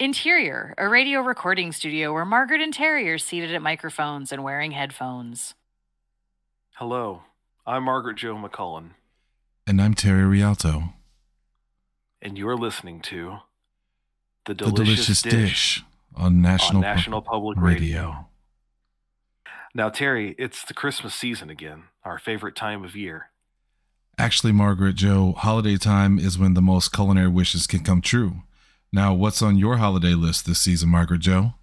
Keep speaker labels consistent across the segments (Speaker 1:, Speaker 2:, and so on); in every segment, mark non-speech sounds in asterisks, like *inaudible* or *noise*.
Speaker 1: Interior, a radio recording studio where Margaret and Terry are seated at microphones and wearing headphones.
Speaker 2: Hello, I'm Margaret Jo McCullen,
Speaker 3: And I'm Terry Rialto.
Speaker 2: and you're listening to The
Speaker 3: the
Speaker 2: Delicious,
Speaker 3: Delicious
Speaker 2: Dish,
Speaker 3: Dish, on National,
Speaker 2: on
Speaker 3: Pub-
Speaker 2: National Public Radio. Now, Terry, it's the Christmas season again, our favorite time of year.
Speaker 3: Actually, Margaret Joe, holiday time is when the most culinary wishes can come true. Now, what's on your holiday list this season, Margaret Joe?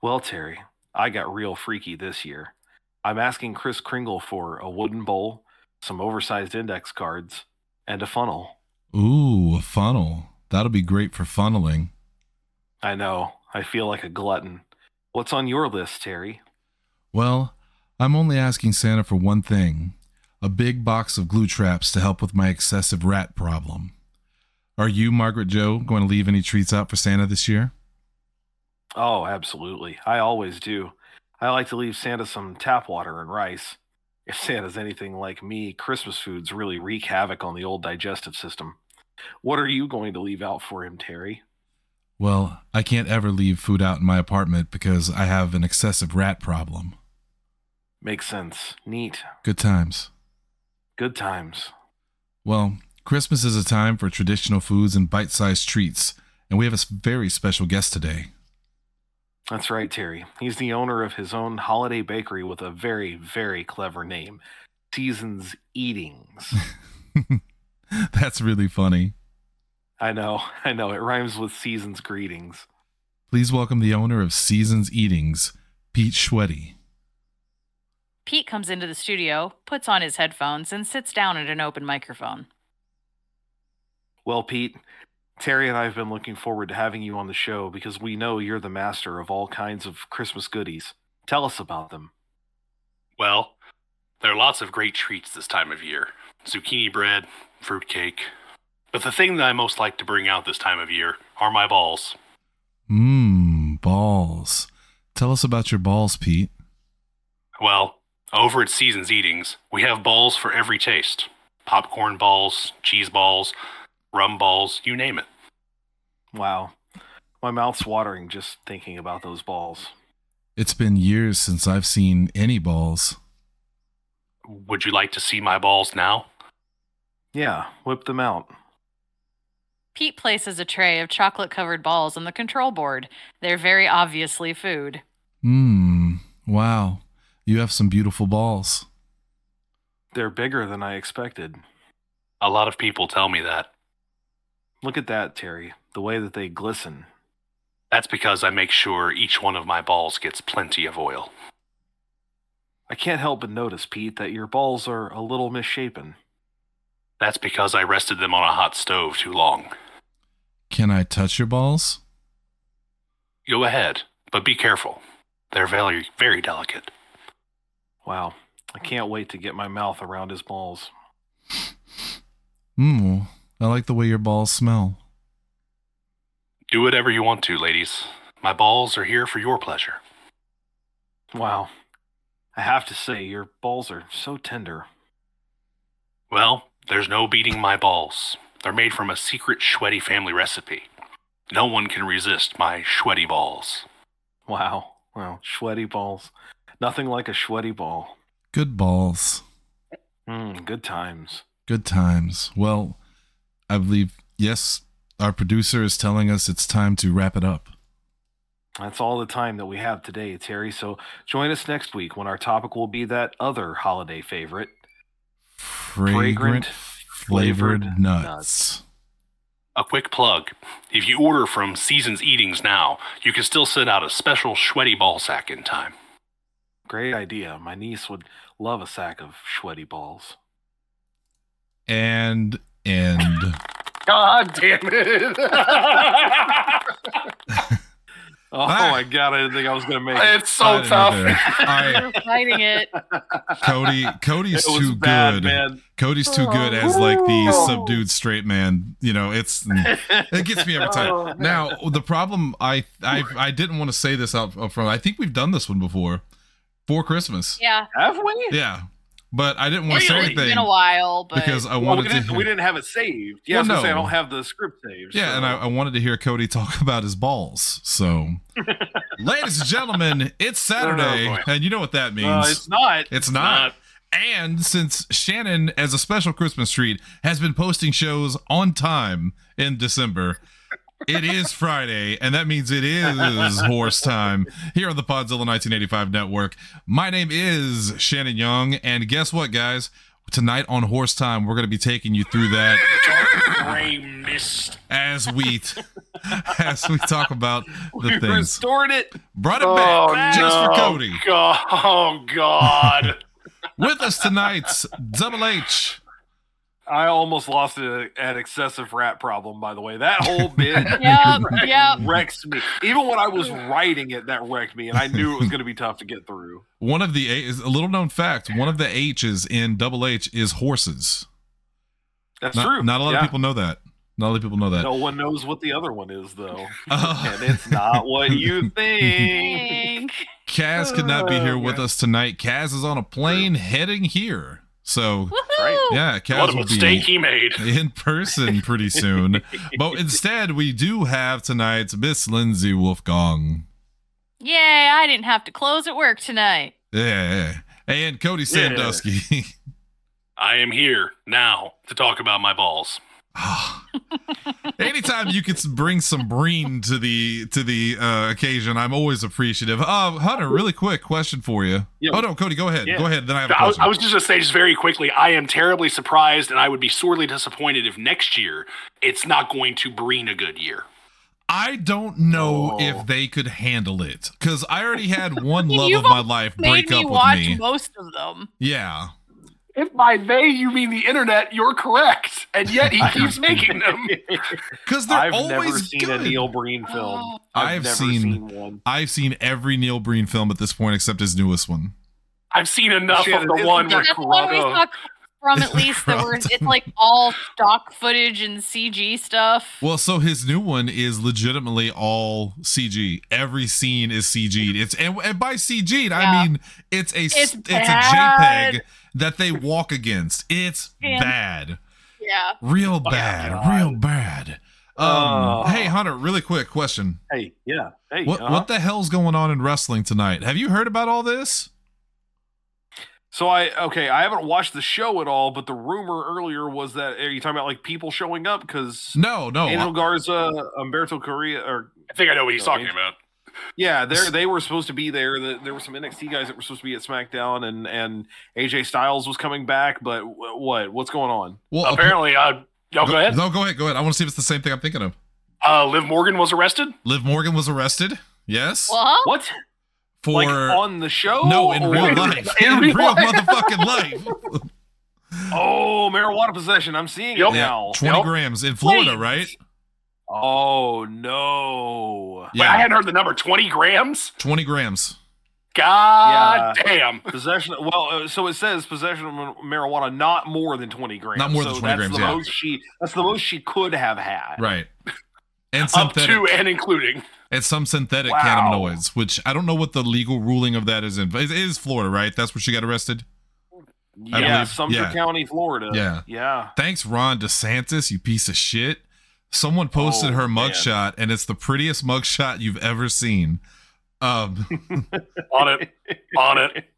Speaker 2: Well, Terry, I got real freaky this year. I'm asking Chris Kringle for a wooden bowl, some oversized index cards, and a funnel.
Speaker 3: Ooh, a funnel. That'll be great for funneling.
Speaker 2: I know, I feel like a glutton. What's on your list, Terry?
Speaker 3: Well, I'm only asking Santa for one thing a big box of glue traps to help with my excessive rat problem. Are you, Margaret Joe, going to leave any treats out for Santa this year?
Speaker 2: Oh, absolutely. I always do. I like to leave Santa some tap water and rice. If Santa's anything like me, Christmas foods really wreak havoc on the old digestive system. What are you going to leave out for him, Terry?
Speaker 3: Well, I can't ever leave food out in my apartment because I have an excessive rat problem.
Speaker 2: Makes sense. Neat.
Speaker 3: Good times.
Speaker 2: Good times.
Speaker 3: Well, Christmas is a time for traditional foods and bite sized treats, and we have a s- very special guest today. *laughs*
Speaker 2: That's right, Terry. He's the owner of his own holiday bakery with a very, very clever name Seasons Eatings.
Speaker 3: That's really funny.
Speaker 2: I know, I know. It rhymes with Seasons Greetings.
Speaker 3: Please welcome the owner of Seasons Eatings, Pete Schwetty.
Speaker 1: Pete comes into the studio, puts on his headphones, and sits down at an open microphone.
Speaker 2: Well, Pete, Terry and I have been looking forward to having you on the show because we know you're the master of all kinds of Christmas goodies. Tell us about them.
Speaker 4: Well, there are lots of great treats this time of year zucchini bread, fruitcake. But the thing that I most like to bring out this time of year are my balls.
Speaker 3: Mmm, balls. Tell us about your balls, Pete.
Speaker 4: Well, over at Season's Eatings, we have balls for every taste popcorn balls, cheese balls, rum balls, you name it.
Speaker 2: Wow. My mouth's watering just thinking about those balls.
Speaker 3: It's been years since I've seen any balls.
Speaker 4: Would you like to see my balls now?
Speaker 2: Yeah, whip them out.
Speaker 1: Pete places a tray of chocolate covered balls on the control board. They're very obviously food.
Speaker 3: Mmm, wow. You have some beautiful balls.
Speaker 2: They're bigger than I expected.
Speaker 4: A lot of people tell me that.
Speaker 2: Look at that, Terry. The way that they glisten.
Speaker 4: That's because I make sure each one of my balls gets plenty of oil.
Speaker 2: I can't help but notice, Pete, that your balls are a little misshapen.
Speaker 4: That's because I rested them on a hot stove too long.
Speaker 3: Can I touch your balls?
Speaker 4: Go ahead, but be careful. They're very, very delicate.
Speaker 2: Wow. I can't wait to get my mouth around his balls.
Speaker 3: Mmm, I like the way your balls smell.
Speaker 4: Do whatever you want to, ladies. My balls are here for your pleasure.
Speaker 2: Wow. I have to say, your balls are so tender.
Speaker 4: Well, there's no beating my balls. They're made from a secret Shwetty family recipe. No one can resist my Shwetty balls.
Speaker 2: Wow. Wow. Sweaty balls. Nothing like a sweaty ball.
Speaker 3: Good balls.
Speaker 2: Mm, good times.
Speaker 3: Good times. Well, I believe, yes, our producer is telling us it's time to wrap it up.
Speaker 2: That's all the time that we have today, Terry. So join us next week when our topic will be that other holiday favorite.
Speaker 3: Fragrant,
Speaker 2: Fragrant
Speaker 3: flavored,
Speaker 2: flavored
Speaker 3: nuts.
Speaker 2: nuts.
Speaker 4: A quick plug if you order from Season's Eatings now, you can still send out a special Shwetty ball sack in time.
Speaker 2: Great idea. My niece would love a sack of sweaty balls.
Speaker 3: And,
Speaker 2: *laughs*
Speaker 3: and.
Speaker 4: God damn
Speaker 5: *laughs*
Speaker 4: it!
Speaker 2: Oh
Speaker 3: Ah.
Speaker 2: my god, I didn't think I was gonna make it.
Speaker 4: it's
Speaker 3: I
Speaker 4: so
Speaker 3: didn't
Speaker 4: tough.
Speaker 3: either. All right,
Speaker 1: You're fighting
Speaker 3: *laughs*
Speaker 1: it.
Speaker 3: Cody. Cody's
Speaker 2: It was
Speaker 3: too
Speaker 2: bad,
Speaker 3: good.
Speaker 2: man.
Speaker 3: Cody's too good as like the subdued straight man. You know, it's mm, it gets me every time. now the problem I I I didn't want to say this out up front. I think we've done this one before for Christmas.
Speaker 1: Yeah.
Speaker 2: Have we?
Speaker 3: Yeah. But I didn't want to say
Speaker 1: Really?
Speaker 2: Really?
Speaker 1: It's been
Speaker 3: anything
Speaker 1: a while, but *laughs*
Speaker 3: because I
Speaker 5: Well,
Speaker 3: wanted
Speaker 5: we,
Speaker 3: to.
Speaker 5: didn't,
Speaker 3: hear-
Speaker 5: we didn't have it saved. Yeah,
Speaker 3: Well,
Speaker 5: I was gonna say I
Speaker 3: no.
Speaker 5: don't have the script saved.
Speaker 3: Yeah,
Speaker 5: so-
Speaker 3: and I, I wanted to hear Cody *laughs* talk about his balls. So, ladies and gentlemen, it's
Speaker 5: don't know,
Speaker 3: Saturday,
Speaker 2: boy.
Speaker 3: and you know what that means.
Speaker 5: No,
Speaker 3: it's,
Speaker 5: uh, it's not.
Speaker 3: not. And since Shannon, as a special Christmas treat, has been posting shows on time in December,
Speaker 2: *laughs*
Speaker 3: it is Friday, and that means it is horse time here on the Podzilla 1985 Network. My name is Shannon Young, and guess what, guys? Tonight on Horse Time, we're going to be taking you through that
Speaker 2: Gray mist.
Speaker 3: as we t- *laughs* as we talk about the
Speaker 5: We
Speaker 3: things.
Speaker 5: restored it.
Speaker 3: Brought it
Speaker 2: Oh,
Speaker 3: back just
Speaker 2: no.
Speaker 3: for Cody.
Speaker 2: God. Oh,
Speaker 3: *laughs*
Speaker 2: God.
Speaker 3: With us tonight's Double H.
Speaker 5: I almost lost it at excessive rat problem. By the way, that
Speaker 3: *laughs*
Speaker 5: whole bit
Speaker 1: Yep, yep.
Speaker 5: wrecks me. Even when I was writing it, that wrecked me, and I knew it was going to be tough to get through.
Speaker 3: One of the H- is a little known fact. One of the H's in Double H is horses.
Speaker 5: That's
Speaker 3: Not,
Speaker 5: true.
Speaker 3: not a lot
Speaker 5: Yeah.
Speaker 3: of people know that. Not a lot of people know that.
Speaker 5: No one knows what the other one is, though,
Speaker 3: *laughs* Uh,
Speaker 5: and it's not
Speaker 3: *laughs*
Speaker 5: what you
Speaker 1: Dang.
Speaker 5: think.
Speaker 3: Kaz could not be here
Speaker 5: Oh,
Speaker 3: with
Speaker 5: yeah.
Speaker 3: us tonight. Kaz is on a plane heading here. So
Speaker 1: Woohoo!
Speaker 3: yeah, Kaz
Speaker 2: what a
Speaker 3: will
Speaker 2: mistake
Speaker 3: be
Speaker 2: he made.
Speaker 3: in person pretty soon.
Speaker 5: *laughs*
Speaker 3: but instead, we do have tonight's Miss Lindsay Wolfgang.
Speaker 1: Yay, I didn't have to close at work tonight.
Speaker 3: Yeah. And Cody Sandusky. *laughs*
Speaker 2: I am here now to talk about my balls.
Speaker 3: Ah. Anytime you can s- bring some breen to the to the uh, occasion, I'm always appreciative. Uh, Hunter, really quick question for you.
Speaker 5: Yeah.
Speaker 3: Oh no, Cody, go ahead.
Speaker 5: Yeah.
Speaker 3: Go ahead. Then I have a
Speaker 2: I was,
Speaker 3: question.
Speaker 2: I was just going to say, just very quickly, I am terribly surprised and I would be sorely disappointed if next year it's not going to bring a good year.
Speaker 3: I don't know
Speaker 5: Oh.
Speaker 3: if they could handle it because I already
Speaker 1: *laughs*
Speaker 3: had one love
Speaker 1: You've
Speaker 3: of my
Speaker 1: almost
Speaker 3: life
Speaker 1: Made
Speaker 3: break
Speaker 1: me
Speaker 3: up
Speaker 1: watch
Speaker 3: with me.
Speaker 1: most of them.
Speaker 3: Yeah.
Speaker 2: If by they you mean the internet, you're correct. And yet
Speaker 5: *laughs*
Speaker 2: he keeps making them.
Speaker 3: Because they're
Speaker 5: I've never
Speaker 3: always
Speaker 5: seen
Speaker 3: good.
Speaker 5: a Neil Breen film.
Speaker 1: Oh.
Speaker 3: I've
Speaker 5: never
Speaker 3: seen-
Speaker 5: one.
Speaker 3: I've seen every Neil Breen film at this point except his newest one.
Speaker 2: I've seen enough
Speaker 5: Shannon,
Speaker 2: of the
Speaker 5: isn't
Speaker 2: one
Speaker 5: that
Speaker 2: where
Speaker 1: That's the one we
Speaker 2: Corrado.
Speaker 1: saw from at least
Speaker 3: *laughs*
Speaker 1: that were it's like all stock footage and CG stuff.
Speaker 3: Well, so his new one is legitimately all CG. Every scene is CG'd. It's and, and by CG'd
Speaker 1: Yeah.
Speaker 3: I mean it's a s-
Speaker 1: It's
Speaker 3: it's,
Speaker 1: bad.
Speaker 3: a JPEG that they walk against. It's
Speaker 1: Yeah.
Speaker 3: bad,
Speaker 1: yeah.
Speaker 3: real bad,
Speaker 5: God.
Speaker 3: real bad. Um,
Speaker 5: Oh.
Speaker 3: Hey, Hunter, really quick question:
Speaker 5: Hey, yeah. Hey,
Speaker 3: What
Speaker 5: uh-huh.
Speaker 3: what the hell's going on in wrestling tonight? Have you heard about all this?
Speaker 5: So I okay, I haven't watched the show at all, but the rumor earlier was that are you talking about like people showing up because
Speaker 3: No, no.
Speaker 5: Angel Garza, Umberto Correa, or
Speaker 2: I think I know what he's talking about.
Speaker 5: yeah, they they were supposed to be there. The, there were some NXT guys that were supposed to be at SmackDown, and and AJ Styles was coming back, but wh- what what's going on?
Speaker 3: well,
Speaker 2: Apparently, uh, y'all go ahead.
Speaker 3: No, go ahead. Go ahead. I want to see if it's the same thing I'm thinking of.
Speaker 2: Uh, Liv Morgan was arrested.
Speaker 3: Liv Morgan was arrested. Yes,
Speaker 1: Well,
Speaker 5: What
Speaker 3: for
Speaker 5: like on the show?
Speaker 3: No, Oh, in
Speaker 5: Or-
Speaker 3: real life.
Speaker 2: in
Speaker 3: In
Speaker 2: real
Speaker 3: real
Speaker 2: life.
Speaker 3: motherfucking life.
Speaker 5: Oh, marijuana possession. I'm seeing
Speaker 2: Yep.
Speaker 5: it now.
Speaker 3: 20
Speaker 2: Yep.
Speaker 3: grams in Florida,
Speaker 1: Wait.
Speaker 3: right?
Speaker 5: Oh no,
Speaker 2: Wait, I hadn't heard the number 20 grams.
Speaker 3: 20 grams.
Speaker 2: God damn.
Speaker 5: possession. Well, uh, so it says possession of mar- marijuana not more than 20 grams.
Speaker 3: Not more than
Speaker 5: So
Speaker 3: 20
Speaker 5: that's
Speaker 3: grams,
Speaker 5: The
Speaker 3: yeah.
Speaker 5: most she that's the most she could have had.
Speaker 3: Right. And
Speaker 2: Up
Speaker 3: synthetic
Speaker 2: to and including.
Speaker 3: and some synthetic
Speaker 5: Wow.
Speaker 3: cannabinoids, which I don't know what the legal ruling of that is in. It is Florida, right? That's where she got arrested. I
Speaker 5: Yeah,
Speaker 3: believe-
Speaker 5: Sumter
Speaker 3: yeah.
Speaker 5: County, Florida.
Speaker 3: Yeah.
Speaker 5: Yeah.
Speaker 3: Thanks, Ron DeSantis, you piece of shit. Someone posted
Speaker 5: Oh,
Speaker 3: her
Speaker 5: man.
Speaker 3: mugshot, and it's the prettiest mugshot you've ever seen. Um,
Speaker 2: On it. On
Speaker 5: *laughs*
Speaker 2: it.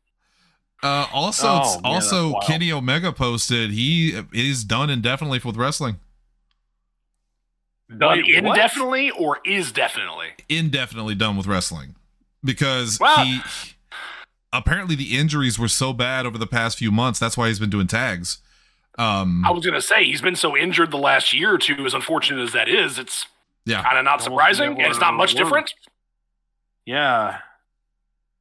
Speaker 3: uh, also,
Speaker 5: Oh, man, that's
Speaker 3: also
Speaker 5: wild.
Speaker 3: Kenny Omega posted he is done indefinitely with wrestling.
Speaker 2: Done
Speaker 5: Wait, what?
Speaker 2: indefinitely or is definitely?
Speaker 3: indefinitely done with wrestling because
Speaker 2: Well-
Speaker 3: he apparently the injuries were so bad over the past few months. That's why he's been doing tags. Um,
Speaker 2: I was gonna say he's been so injured the last year or two. As unfortunate as that is, it's
Speaker 3: Yeah.
Speaker 2: kind of not
Speaker 5: Almost
Speaker 2: surprising,
Speaker 5: never
Speaker 2: and it's not much
Speaker 5: worked.
Speaker 2: different.
Speaker 5: Yeah.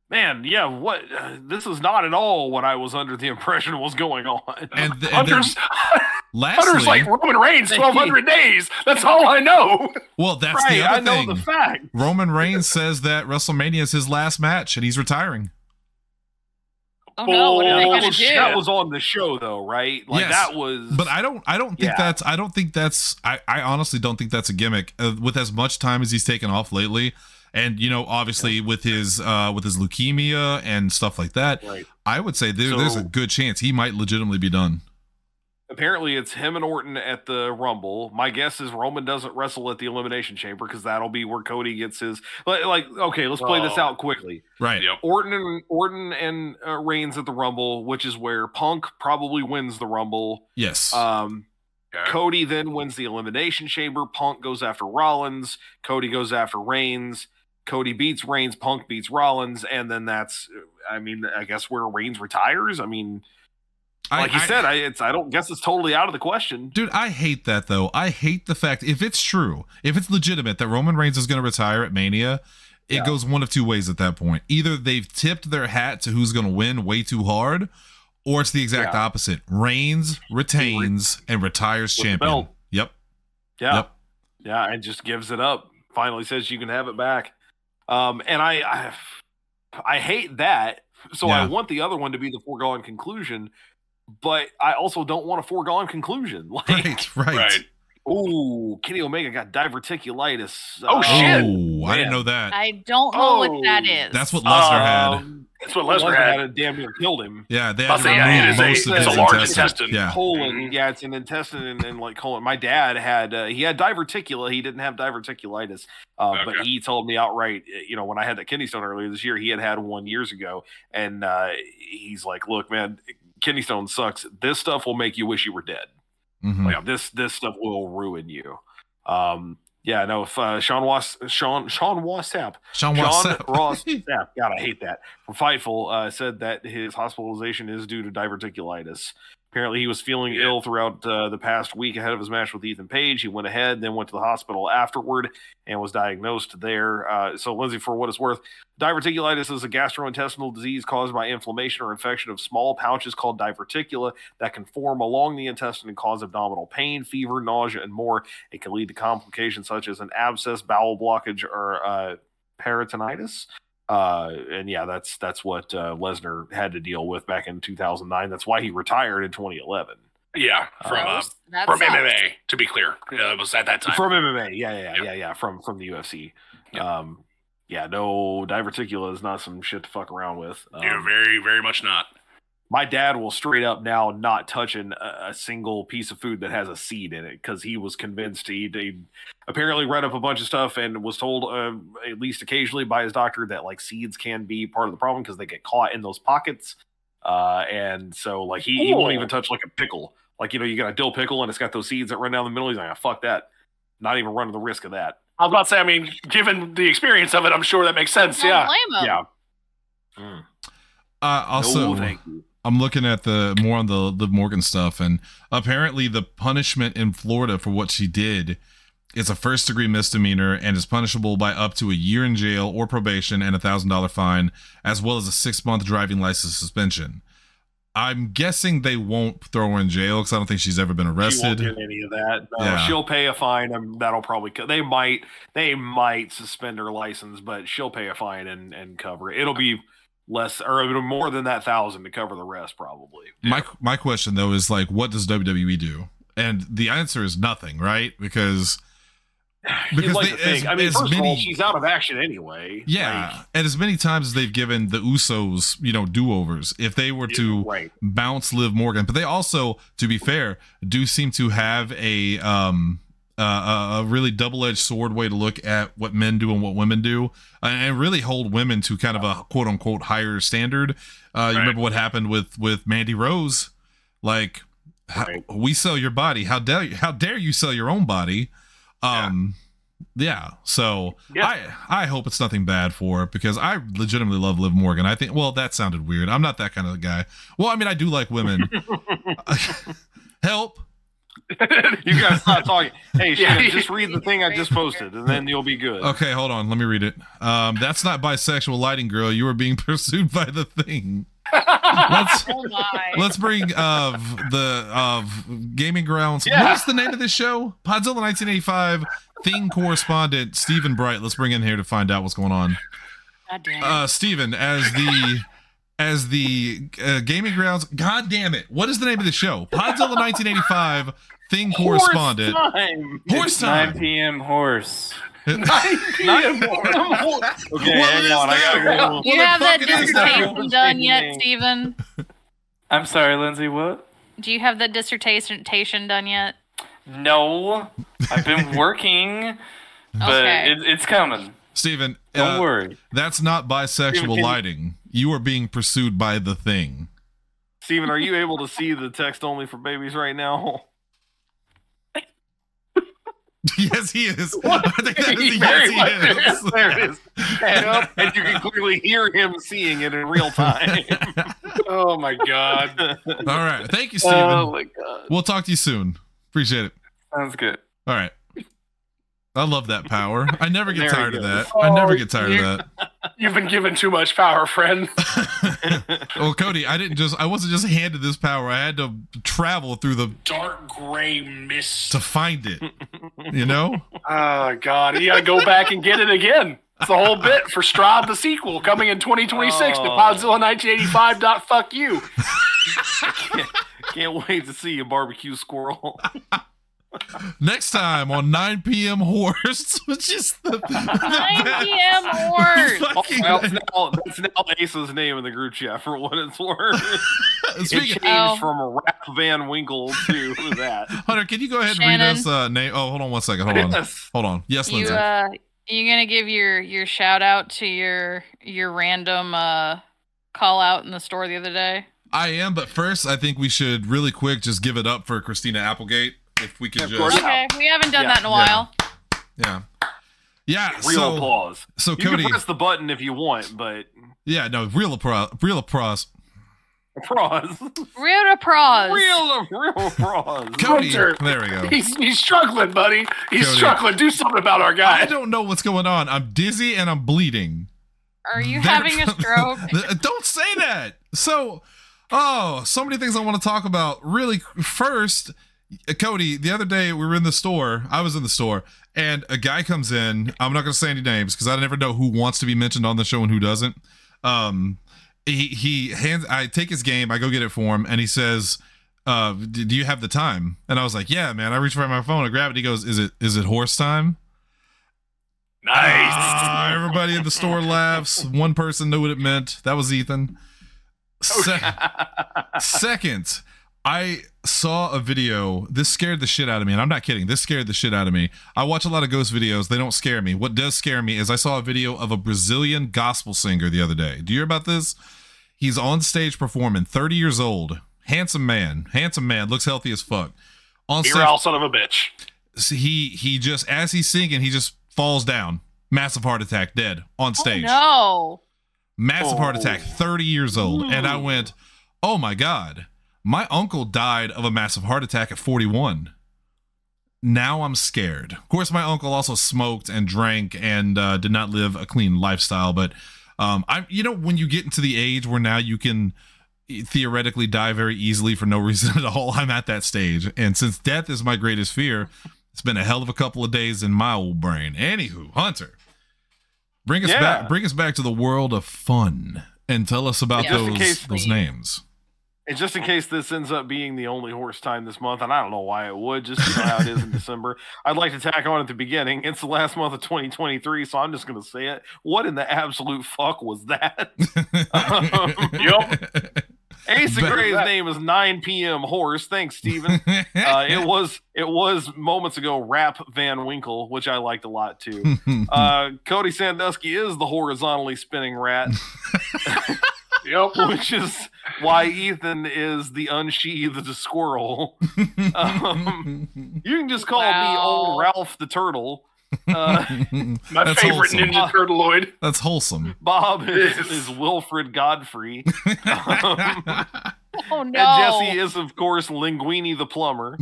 Speaker 5: Man, yeah, what? Uh, this is not at all what I was under the impression was going on.
Speaker 3: and, th- and then
Speaker 2: Hunter's, Hunter's
Speaker 3: lastly,
Speaker 2: like Roman Reigns, twelve hundred days. That's all I know.
Speaker 5: *laughs*
Speaker 3: well, that's
Speaker 5: right,
Speaker 3: the other
Speaker 5: I know
Speaker 3: thing.
Speaker 5: the fact.
Speaker 3: Roman Reigns says that WrestleMania is his last match and he's retiring.
Speaker 1: oh no, what are they
Speaker 5: That
Speaker 1: gonna
Speaker 5: was, that
Speaker 1: do?
Speaker 5: was on the show, though, right? Like
Speaker 3: Yes,
Speaker 5: that was.
Speaker 3: But I don't, I don't think
Speaker 5: Yeah.
Speaker 3: that's, I don't think that's, I, I honestly don't think that's a gimmick. Uh, with as much time as he's taken off lately, and you know, obviously with his uh, with his leukemia and stuff like that,
Speaker 5: Right.
Speaker 3: I would say there, there's a
Speaker 5: So-
Speaker 3: good chance he might legitimately be done.
Speaker 5: Apparently, it's him and Orton at the Rumble. My guess is Roman doesn't wrestle at the Elimination Chamber because that'll be where Cody gets his. Like, like, okay, let's play this
Speaker 2: Oh.
Speaker 5: out quickly.
Speaker 3: Right.
Speaker 2: Yep.
Speaker 5: Orton and Orton and uh, Reigns at the Rumble, which is where Punk probably wins the Rumble.
Speaker 3: Yes.
Speaker 5: Um,
Speaker 2: Yeah.
Speaker 5: Cody then wins the Elimination Chamber. Punk goes after Rollins. Cody goes after Reigns. Cody beats Reigns. Punk beats Rollins, and then that's. I mean, I guess where Reigns retires. I mean,
Speaker 3: I-
Speaker 5: like you
Speaker 3: I-
Speaker 5: said, I it's I don't guess it's totally out of the question.
Speaker 3: Dude, I hate that though. I hate the fact if it's true, if it's legitimate that Roman Reigns is going to retire at Mania, it
Speaker 5: Yeah.
Speaker 3: goes one of two ways at that point. Either they've tipped their hat to who's going to win way too hard, or it's the exact
Speaker 5: Yeah.
Speaker 3: opposite. Reigns retains and
Speaker 2: With
Speaker 3: retires
Speaker 2: the
Speaker 3: champion.
Speaker 2: belt.
Speaker 3: Yep. *laughs*
Speaker 5: Yeah.
Speaker 3: Yep.
Speaker 5: Yeah, and just gives it up. Finally says you can have it back. Um, and I, I, I hate that. So I
Speaker 3: Yeah.
Speaker 5: want the other one to be the foregone conclusion, but I also don't want a foregone conclusion. *laughs* Like,
Speaker 3: Right, right.
Speaker 2: Right.
Speaker 5: oh, Kenny Omega got diverticulitis. Um,
Speaker 2: Oh, shit.
Speaker 3: Oh, I didn't
Speaker 5: Man.
Speaker 3: know that.
Speaker 1: I don't know
Speaker 5: Oh,
Speaker 1: what that is.
Speaker 3: That's what Lesnar
Speaker 2: Oh.
Speaker 3: had.
Speaker 5: Um,
Speaker 2: That's what
Speaker 5: Lesnar
Speaker 2: Lesnar had.
Speaker 5: and damn near killed him.
Speaker 3: Yeah, they
Speaker 2: I'll
Speaker 3: had to
Speaker 2: say, yeah, it
Speaker 3: remove
Speaker 2: is a-
Speaker 3: most of
Speaker 5: it's
Speaker 3: his
Speaker 5: a large
Speaker 3: intestine.
Speaker 2: intestine.
Speaker 3: Yeah.
Speaker 2: Mm-hmm.
Speaker 5: Colon, yeah, it's an intestine and, and like colon. My dad had uh, he had diverticula. He didn't have diverticulitis, uh, but
Speaker 2: Okay.
Speaker 5: he told me outright. uh, You know, when I had that kidney stone earlier this year, he had had one years ago, and uh, he's like, "Look, man, kidney stone sucks. This stuff will make you wish you were dead.
Speaker 3: Mhm.
Speaker 5: Like this, this stuff will ruin you." Um, yeah, no. If uh, Sean Was Sean Sean Wassap
Speaker 3: Sean *laughs*
Speaker 5: John
Speaker 3: Wassap.
Speaker 5: Ross Sapp, God, I hate that. From Fightful, uh, said that his hospitalization is due to diverticulitis. Apparently, he was feeling
Speaker 2: Yeah.
Speaker 5: ill throughout uh, the past week ahead of his match with Ethan Page. He went ahead, then went to the hospital afterward, and was diagnosed there. Uh, so, Lindsay, for what it's worth, diverticulitis is a gastrointestinal disease caused by inflammation or infection of small pouches called diverticula that can form along the intestine and cause abdominal pain, fever, nausea, and more. It can lead to complications such as an abscess, bowel blockage, or uh, peritonitis. Uh, and yeah, that's that's what uh, Lesnar had to deal with back in 2009. That's why he retired in 2011
Speaker 2: Yeah, from uh,
Speaker 1: Gross. That
Speaker 2: from
Speaker 1: sucks.
Speaker 2: MMA. To be clear, yeah, it was at that time.
Speaker 5: from MMA. Yeah, yeah, yeah,
Speaker 2: Yeah.
Speaker 5: yeah, yeah. From from the UFC.
Speaker 2: Yeah.
Speaker 5: Um, yeah, no, diverticula is not some shit to fuck around with. Um,
Speaker 2: You're very, very much not.
Speaker 5: my dad will straight up now not touching a, a single piece of food that has a seed in it because he was convinced he, he apparently read up a bunch of stuff and was told uh, at least occasionally by his doctor that like seeds can be part of the problem because they get caught in those pockets uh, and so like he, he won't
Speaker 2: Cool.
Speaker 5: even touch like a pickle like you know you got a dill pickle and it's got those seeds that run down the middle he's like "Ah, fuck that not even running the risk of that
Speaker 2: I was about to say. I mean, given the experience of it, I'm sure that makes sense.
Speaker 1: Don't
Speaker 2: Yeah.
Speaker 1: blame 'em.
Speaker 5: yeah
Speaker 3: Uh, also,
Speaker 5: No, thank you.
Speaker 3: I'm looking at the more on the Liv Morgan stuff, and apparently the punishment in Florida for what she did is a first degree misdemeanor and is punishable by up to a year in jail or probation and a thousand dollar fine, as well as a six month driving license suspension. I'm guessing they won't throw her in jail because I don't think she's ever been
Speaker 5: She won't
Speaker 3: arrested.
Speaker 5: get any of that. No,
Speaker 3: Yeah.
Speaker 5: She'll pay a fine, and that'll probably co- they might they might suspend her license, but she'll pay a fine and and cover it. It'll be less or it'll be more than that thousand to cover the rest, probably.
Speaker 3: My my question though is like, what does WWE do? And the answer is nothing, right?
Speaker 5: *sighs*
Speaker 3: Because
Speaker 5: You'd
Speaker 3: because
Speaker 5: like
Speaker 3: they-
Speaker 5: to think.
Speaker 3: as-
Speaker 5: I mean,
Speaker 3: as
Speaker 5: first of all,
Speaker 3: many-
Speaker 5: she's out of action anyway.
Speaker 3: Yeah,
Speaker 5: Like,
Speaker 3: and as many times as they've given the Usos, you know, do overs, if they were
Speaker 2: *laughs*
Speaker 3: to
Speaker 5: right.
Speaker 3: bounce Liv Morgan, but they also, to be fair, do seem to have a um uh, a a really double edged sword way to look at what men do and what women do, and- and really hold women to kind of a quote unquote higher standard. Uh, You
Speaker 2: Right.
Speaker 3: remember what happened with with Mandy Rose, like how,
Speaker 5: Right.
Speaker 3: we sell your body. How dare you, how dare you sell your own body? Um, yeah. So
Speaker 2: Yeah.
Speaker 3: I I hope it's nothing bad for her because I legitimately love Liv Morgan. I think well that sounded weird. I'm not that kind of guy. Well, I mean I do like
Speaker 5: *laughs*
Speaker 3: women. Help.
Speaker 5: *laughs* You guys stop talking. Hey,
Speaker 2: Yeah.
Speaker 5: Shannon, just read the thing I just posted, and then you'll be good.
Speaker 3: Okay, hold on. Let me read it. Um, that's not bisexual lighting, girl. You are being *laughs* pursued by the thing. Let's
Speaker 1: Oh
Speaker 3: *laughs*
Speaker 1: my.
Speaker 3: let's bring of the of gaming grounds.
Speaker 5: Yeah.
Speaker 3: What's the name of this show? Podzilla 1985 thing correspondent Stephen Bright. Let's bring in here to find out what's going on.
Speaker 1: God damn it.
Speaker 3: uh steven as the as the uh, gaming grounds god damn it what is the name of the show podzilla 1985 thing correspondent *laughs*
Speaker 5: Horse time.
Speaker 6: *laughs*
Speaker 3: Horse time.
Speaker 7: Nine p.m. horse.
Speaker 3: *laughs*
Speaker 5: Nine more. Okay, hang on. I gotta go.
Speaker 7: What
Speaker 1: You
Speaker 7: the
Speaker 1: have
Speaker 7: fuck
Speaker 1: that
Speaker 7: is this now?
Speaker 1: dissertation done yet,
Speaker 5: Dang.
Speaker 1: Stephen?
Speaker 6: I'm sorry, Lindsay. What?
Speaker 1: Do you have that dissertation done yet?
Speaker 6: No, I've been working, but
Speaker 1: Okay.
Speaker 6: it, it's coming.
Speaker 3: Stephen,
Speaker 6: Don't
Speaker 3: uh,
Speaker 6: worry.
Speaker 3: that's not bisexual
Speaker 5: can you-
Speaker 3: lighting. You are being pursued by the thing. *laughs*
Speaker 5: Steven, are you able to see the text only for babies right now? *laughs*
Speaker 3: yes, he
Speaker 5: *laughs*
Speaker 3: is. *laughs* I think that is
Speaker 5: Very
Speaker 3: the yes,
Speaker 5: much.
Speaker 3: he is.
Speaker 5: Yes,
Speaker 3: *laughs*
Speaker 5: there it is. And, up, and you can clearly hear him seeing it in real time. *laughs*
Speaker 2: Oh my god.
Speaker 3: *laughs* All right. Thank you, Stephen.
Speaker 6: Oh
Speaker 5: Um,
Speaker 6: my god,
Speaker 3: we'll talk to you soon. Appreciate it.
Speaker 6: sounds good.
Speaker 3: All right. I love that power. I never get
Speaker 5: There
Speaker 3: tired
Speaker 5: he
Speaker 3: of
Speaker 5: goes.
Speaker 3: that. I never
Speaker 2: Oh,
Speaker 3: get tired
Speaker 2: you-
Speaker 3: of that.
Speaker 2: You've been given too much power, friend.
Speaker 3: Well, Cody, I didn't just I wasn't just handed this power. I had to travel through the
Speaker 2: Dark gray mist.
Speaker 3: to find
Speaker 5: *laughs*
Speaker 3: it. You know?
Speaker 2: Oh god, you gotta go back and get it again. It's the whole bit for Stroud the sequel coming in 2026 to
Speaker 5: Oh.
Speaker 2: Podzilla 1985. Dot fuck you.
Speaker 5: Can't wait to see you, barbecue squirrel.
Speaker 3: Next time on 9 p.m. *laughs* Horse, which is the, the
Speaker 1: 9 p.m.
Speaker 3: *laughs*
Speaker 1: or
Speaker 3: fucking
Speaker 5: Well, it's now, it's Oh, now Asa's name in the group chat for what it's worth. It
Speaker 3: speaking.
Speaker 5: changed
Speaker 1: Oh.
Speaker 5: from Rap Van Winkle to
Speaker 2: *laughs*
Speaker 5: that.
Speaker 3: Hunter, can you go ahead and
Speaker 1: Shannon.
Speaker 3: read us uh name? Oh, hold on one second. Hold on.
Speaker 5: Yes.
Speaker 3: Hold on. Yes,
Speaker 1: you
Speaker 3: Lindsay.
Speaker 1: uh you gonna give your your shout out to your your random uh call out in the store the other day?
Speaker 3: I am, but first I think we should really quick just give it up for Christina Applegate. If we could
Speaker 5: Of
Speaker 3: just
Speaker 5: course.
Speaker 1: Okay, we haven't done
Speaker 5: Yeah,
Speaker 1: that in a
Speaker 3: yeah.
Speaker 1: while.
Speaker 3: Yeah. Yeah.
Speaker 5: Real
Speaker 3: so,
Speaker 5: applause.
Speaker 3: So
Speaker 5: You
Speaker 3: Cody.
Speaker 5: can press the button if you want, but *laughs*
Speaker 3: Yeah, no, real applause. Real applause.
Speaker 5: applause. *laughs*
Speaker 1: Real applause.
Speaker 5: Real, real applause.
Speaker 3: Cody.
Speaker 2: Hunter.
Speaker 3: There we
Speaker 5: *laughs*
Speaker 3: go.
Speaker 2: He's, he's struggling, buddy. He's
Speaker 3: Cody.
Speaker 2: struggling. Do something about our
Speaker 3: I
Speaker 2: guy.
Speaker 3: don't know what's going on. I'm dizzy and I'm bleeding.
Speaker 1: Are you
Speaker 3: They're-
Speaker 1: having a
Speaker 3: *laughs*
Speaker 1: stroke?
Speaker 3: don't say that. So, oh, so many things I want to talk about. Really, first, Cody, the other day we were in the store. I was in the store, and a guy comes in. I'm not going to say any names because I never know who wants to be mentioned on the show and who doesn't. Um, he he hands. I take his game. I go get it for him, and he says. Uh, d- do you have the time? And I was like, yeah, man. I reach for my phone, I grab it. He goes, is it is it horse time?
Speaker 2: Nice.
Speaker 3: Ah, everybody in the store laughs. One person knew what it meant. That was Ethan. Se- second, I saw a video. This scared the shit out of me, and I'm not kidding. This scared the shit out of me. I watch a lot of ghost videos. They don't scare me. What does scare me is I saw a video of a Brazilian gospel singer the other day. Do you hear about this? He's on stage performing. 30 years old, handsome man, handsome man, looks healthy as fuck. On
Speaker 2: You're all son of a bitch.
Speaker 3: so he he just as he's singing, he just falls down, massive heart attack, dead on stage,
Speaker 1: Oh,
Speaker 3: massive heart
Speaker 5: Oh.
Speaker 3: attack, thirty years old, and I went, oh my god, my uncle died of a massive heart attack at forty one. Now I'm scared. Of course, my uncle also smoked and drank and uh, did not live a clean lifestyle. But um, I, you know, when you get into the age where now you can eh, theoretically die very easily for no *laughs* reason at all. I'm at that stage. And since death is my greatest fear, it's been a hell of a couple of days in my old brain. Anywho, Hunter, bring us
Speaker 5: Yeah.
Speaker 3: back bring us back to the world of fun and tell us about
Speaker 1: Yeah.
Speaker 5: Just in
Speaker 3: those
Speaker 5: case
Speaker 3: those
Speaker 1: we-
Speaker 5: *laughs*
Speaker 3: names. *laughs*
Speaker 5: And just in case this ends up being the only horse time this month, and I don't know why it would, just you know how it is in December, I'd like to tack on at the beginning. It's the last month of 2023, so I'm just going to say it. What in the absolute fuck was that? Ace of
Speaker 3: But-
Speaker 5: Gray's name is 9 p.m. Horse. Thanks,
Speaker 3: *laughs*
Speaker 5: Steven. Uh, it was it was moments ago. Rap Van Winkle, which I liked a lot too. Uh, Cody Sandusky is the horizontally spinning rat.
Speaker 2: Yep.
Speaker 5: which is why Ethan is the unsheathed squirrel. *laughs* um, You can just call me old
Speaker 1: Wow.
Speaker 5: Ralph the turtle.
Speaker 3: *laughs*
Speaker 5: Uh,
Speaker 2: My
Speaker 3: That's
Speaker 2: favorite
Speaker 3: wholesome.
Speaker 2: ninja turtleoid.
Speaker 3: That's wholesome. *laughs*
Speaker 5: Bob is,
Speaker 2: Yes.
Speaker 5: is Wilfred Godfrey. Um,
Speaker 1: oh no.
Speaker 5: And Jesse is, of course, Linguini
Speaker 3: *laughs*
Speaker 5: the plumber.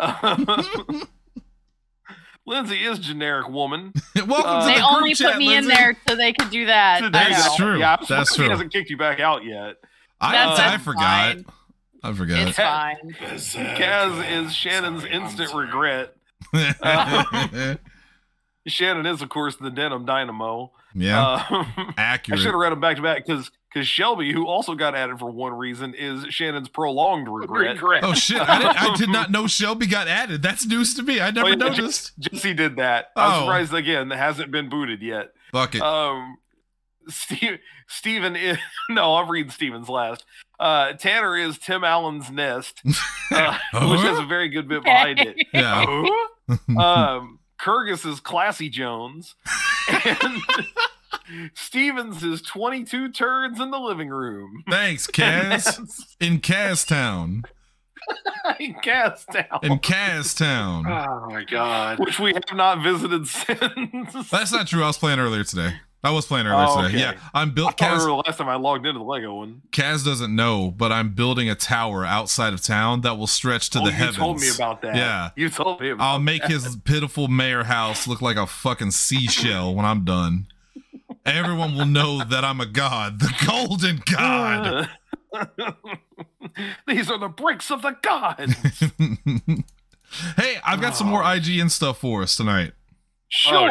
Speaker 5: *laughs* Lindsay is generic woman.
Speaker 3: Welcome
Speaker 5: Uh,
Speaker 3: to the
Speaker 1: they
Speaker 3: group
Speaker 1: only put
Speaker 3: chat,
Speaker 1: me in
Speaker 3: Lindsay.
Speaker 1: there so they could do that. I
Speaker 5: There you
Speaker 1: know.
Speaker 3: That's
Speaker 5: go.
Speaker 3: true.
Speaker 5: Yeah, I'm
Speaker 3: That's
Speaker 5: surprised
Speaker 3: true.
Speaker 5: He hasn't kicked you back out yet.
Speaker 3: I,
Speaker 1: That's-
Speaker 3: I
Speaker 1: that's
Speaker 3: forgot.
Speaker 1: fine.
Speaker 3: I forgot.
Speaker 1: It's fine. Oh,
Speaker 5: Kaz is Shannon's instant regret. Um, Shannon is, of course, the denim dynamo.
Speaker 3: *laughs* yeah,
Speaker 5: Um, I
Speaker 3: accurate.
Speaker 5: *laughs* should have read them back to back because because Shelby, who also got added for one reason, is Shannon's prolonged regret.
Speaker 2: Regret.
Speaker 3: Oh shit! I, didn't, I did not know Shelby got added. That's news to me. I never
Speaker 5: Oh, yeah.
Speaker 3: noticed.
Speaker 5: Jesse did that. I'm
Speaker 3: Oh.
Speaker 5: surprised again that hasn't been booted yet.
Speaker 3: Fuck it.
Speaker 5: Um, Steve, Steven is *laughs* no, I'm reading Steven's last. Uh, Tanner is Tim Allen's nest, uh, which has a very good bit behind it.
Speaker 3: Oh, *laughs* yeah.
Speaker 5: Um, Kurgis is Classy Jones,
Speaker 3: *laughs*
Speaker 5: and Stevens is 22 turds in the living room.
Speaker 3: Thanks,
Speaker 5: And
Speaker 3: Kaz.
Speaker 5: that's
Speaker 3: In Kaztown.
Speaker 5: Gastown,
Speaker 3: In Kaztown.
Speaker 5: Uh,
Speaker 2: Oh my god.
Speaker 5: which we have not visited *laughs* since.
Speaker 3: That's not true. I was playing earlier today. I was playing earlier
Speaker 5: Oh,
Speaker 3: today.
Speaker 5: okay.
Speaker 3: Yeah, I'm
Speaker 5: I
Speaker 3: built.
Speaker 5: can't
Speaker 3: Kaz,
Speaker 5: remember the last time I logged into the Lego one.
Speaker 3: Kaz doesn't know, but I'm building a tower outside of town that will stretch to
Speaker 5: Oh,
Speaker 3: the
Speaker 5: you
Speaker 3: heavens.
Speaker 5: told me about that.
Speaker 3: Yeah.
Speaker 5: you told me. About
Speaker 3: I'll make his pitiful mayor house look like a fucking seashell when I'm done. Everyone will know that I'm a god, the golden god. *laughs*
Speaker 5: *laughs* These are the bricks of the gods.
Speaker 3: hey, I've got some more IGN stuff for us tonight.
Speaker 5: Sure.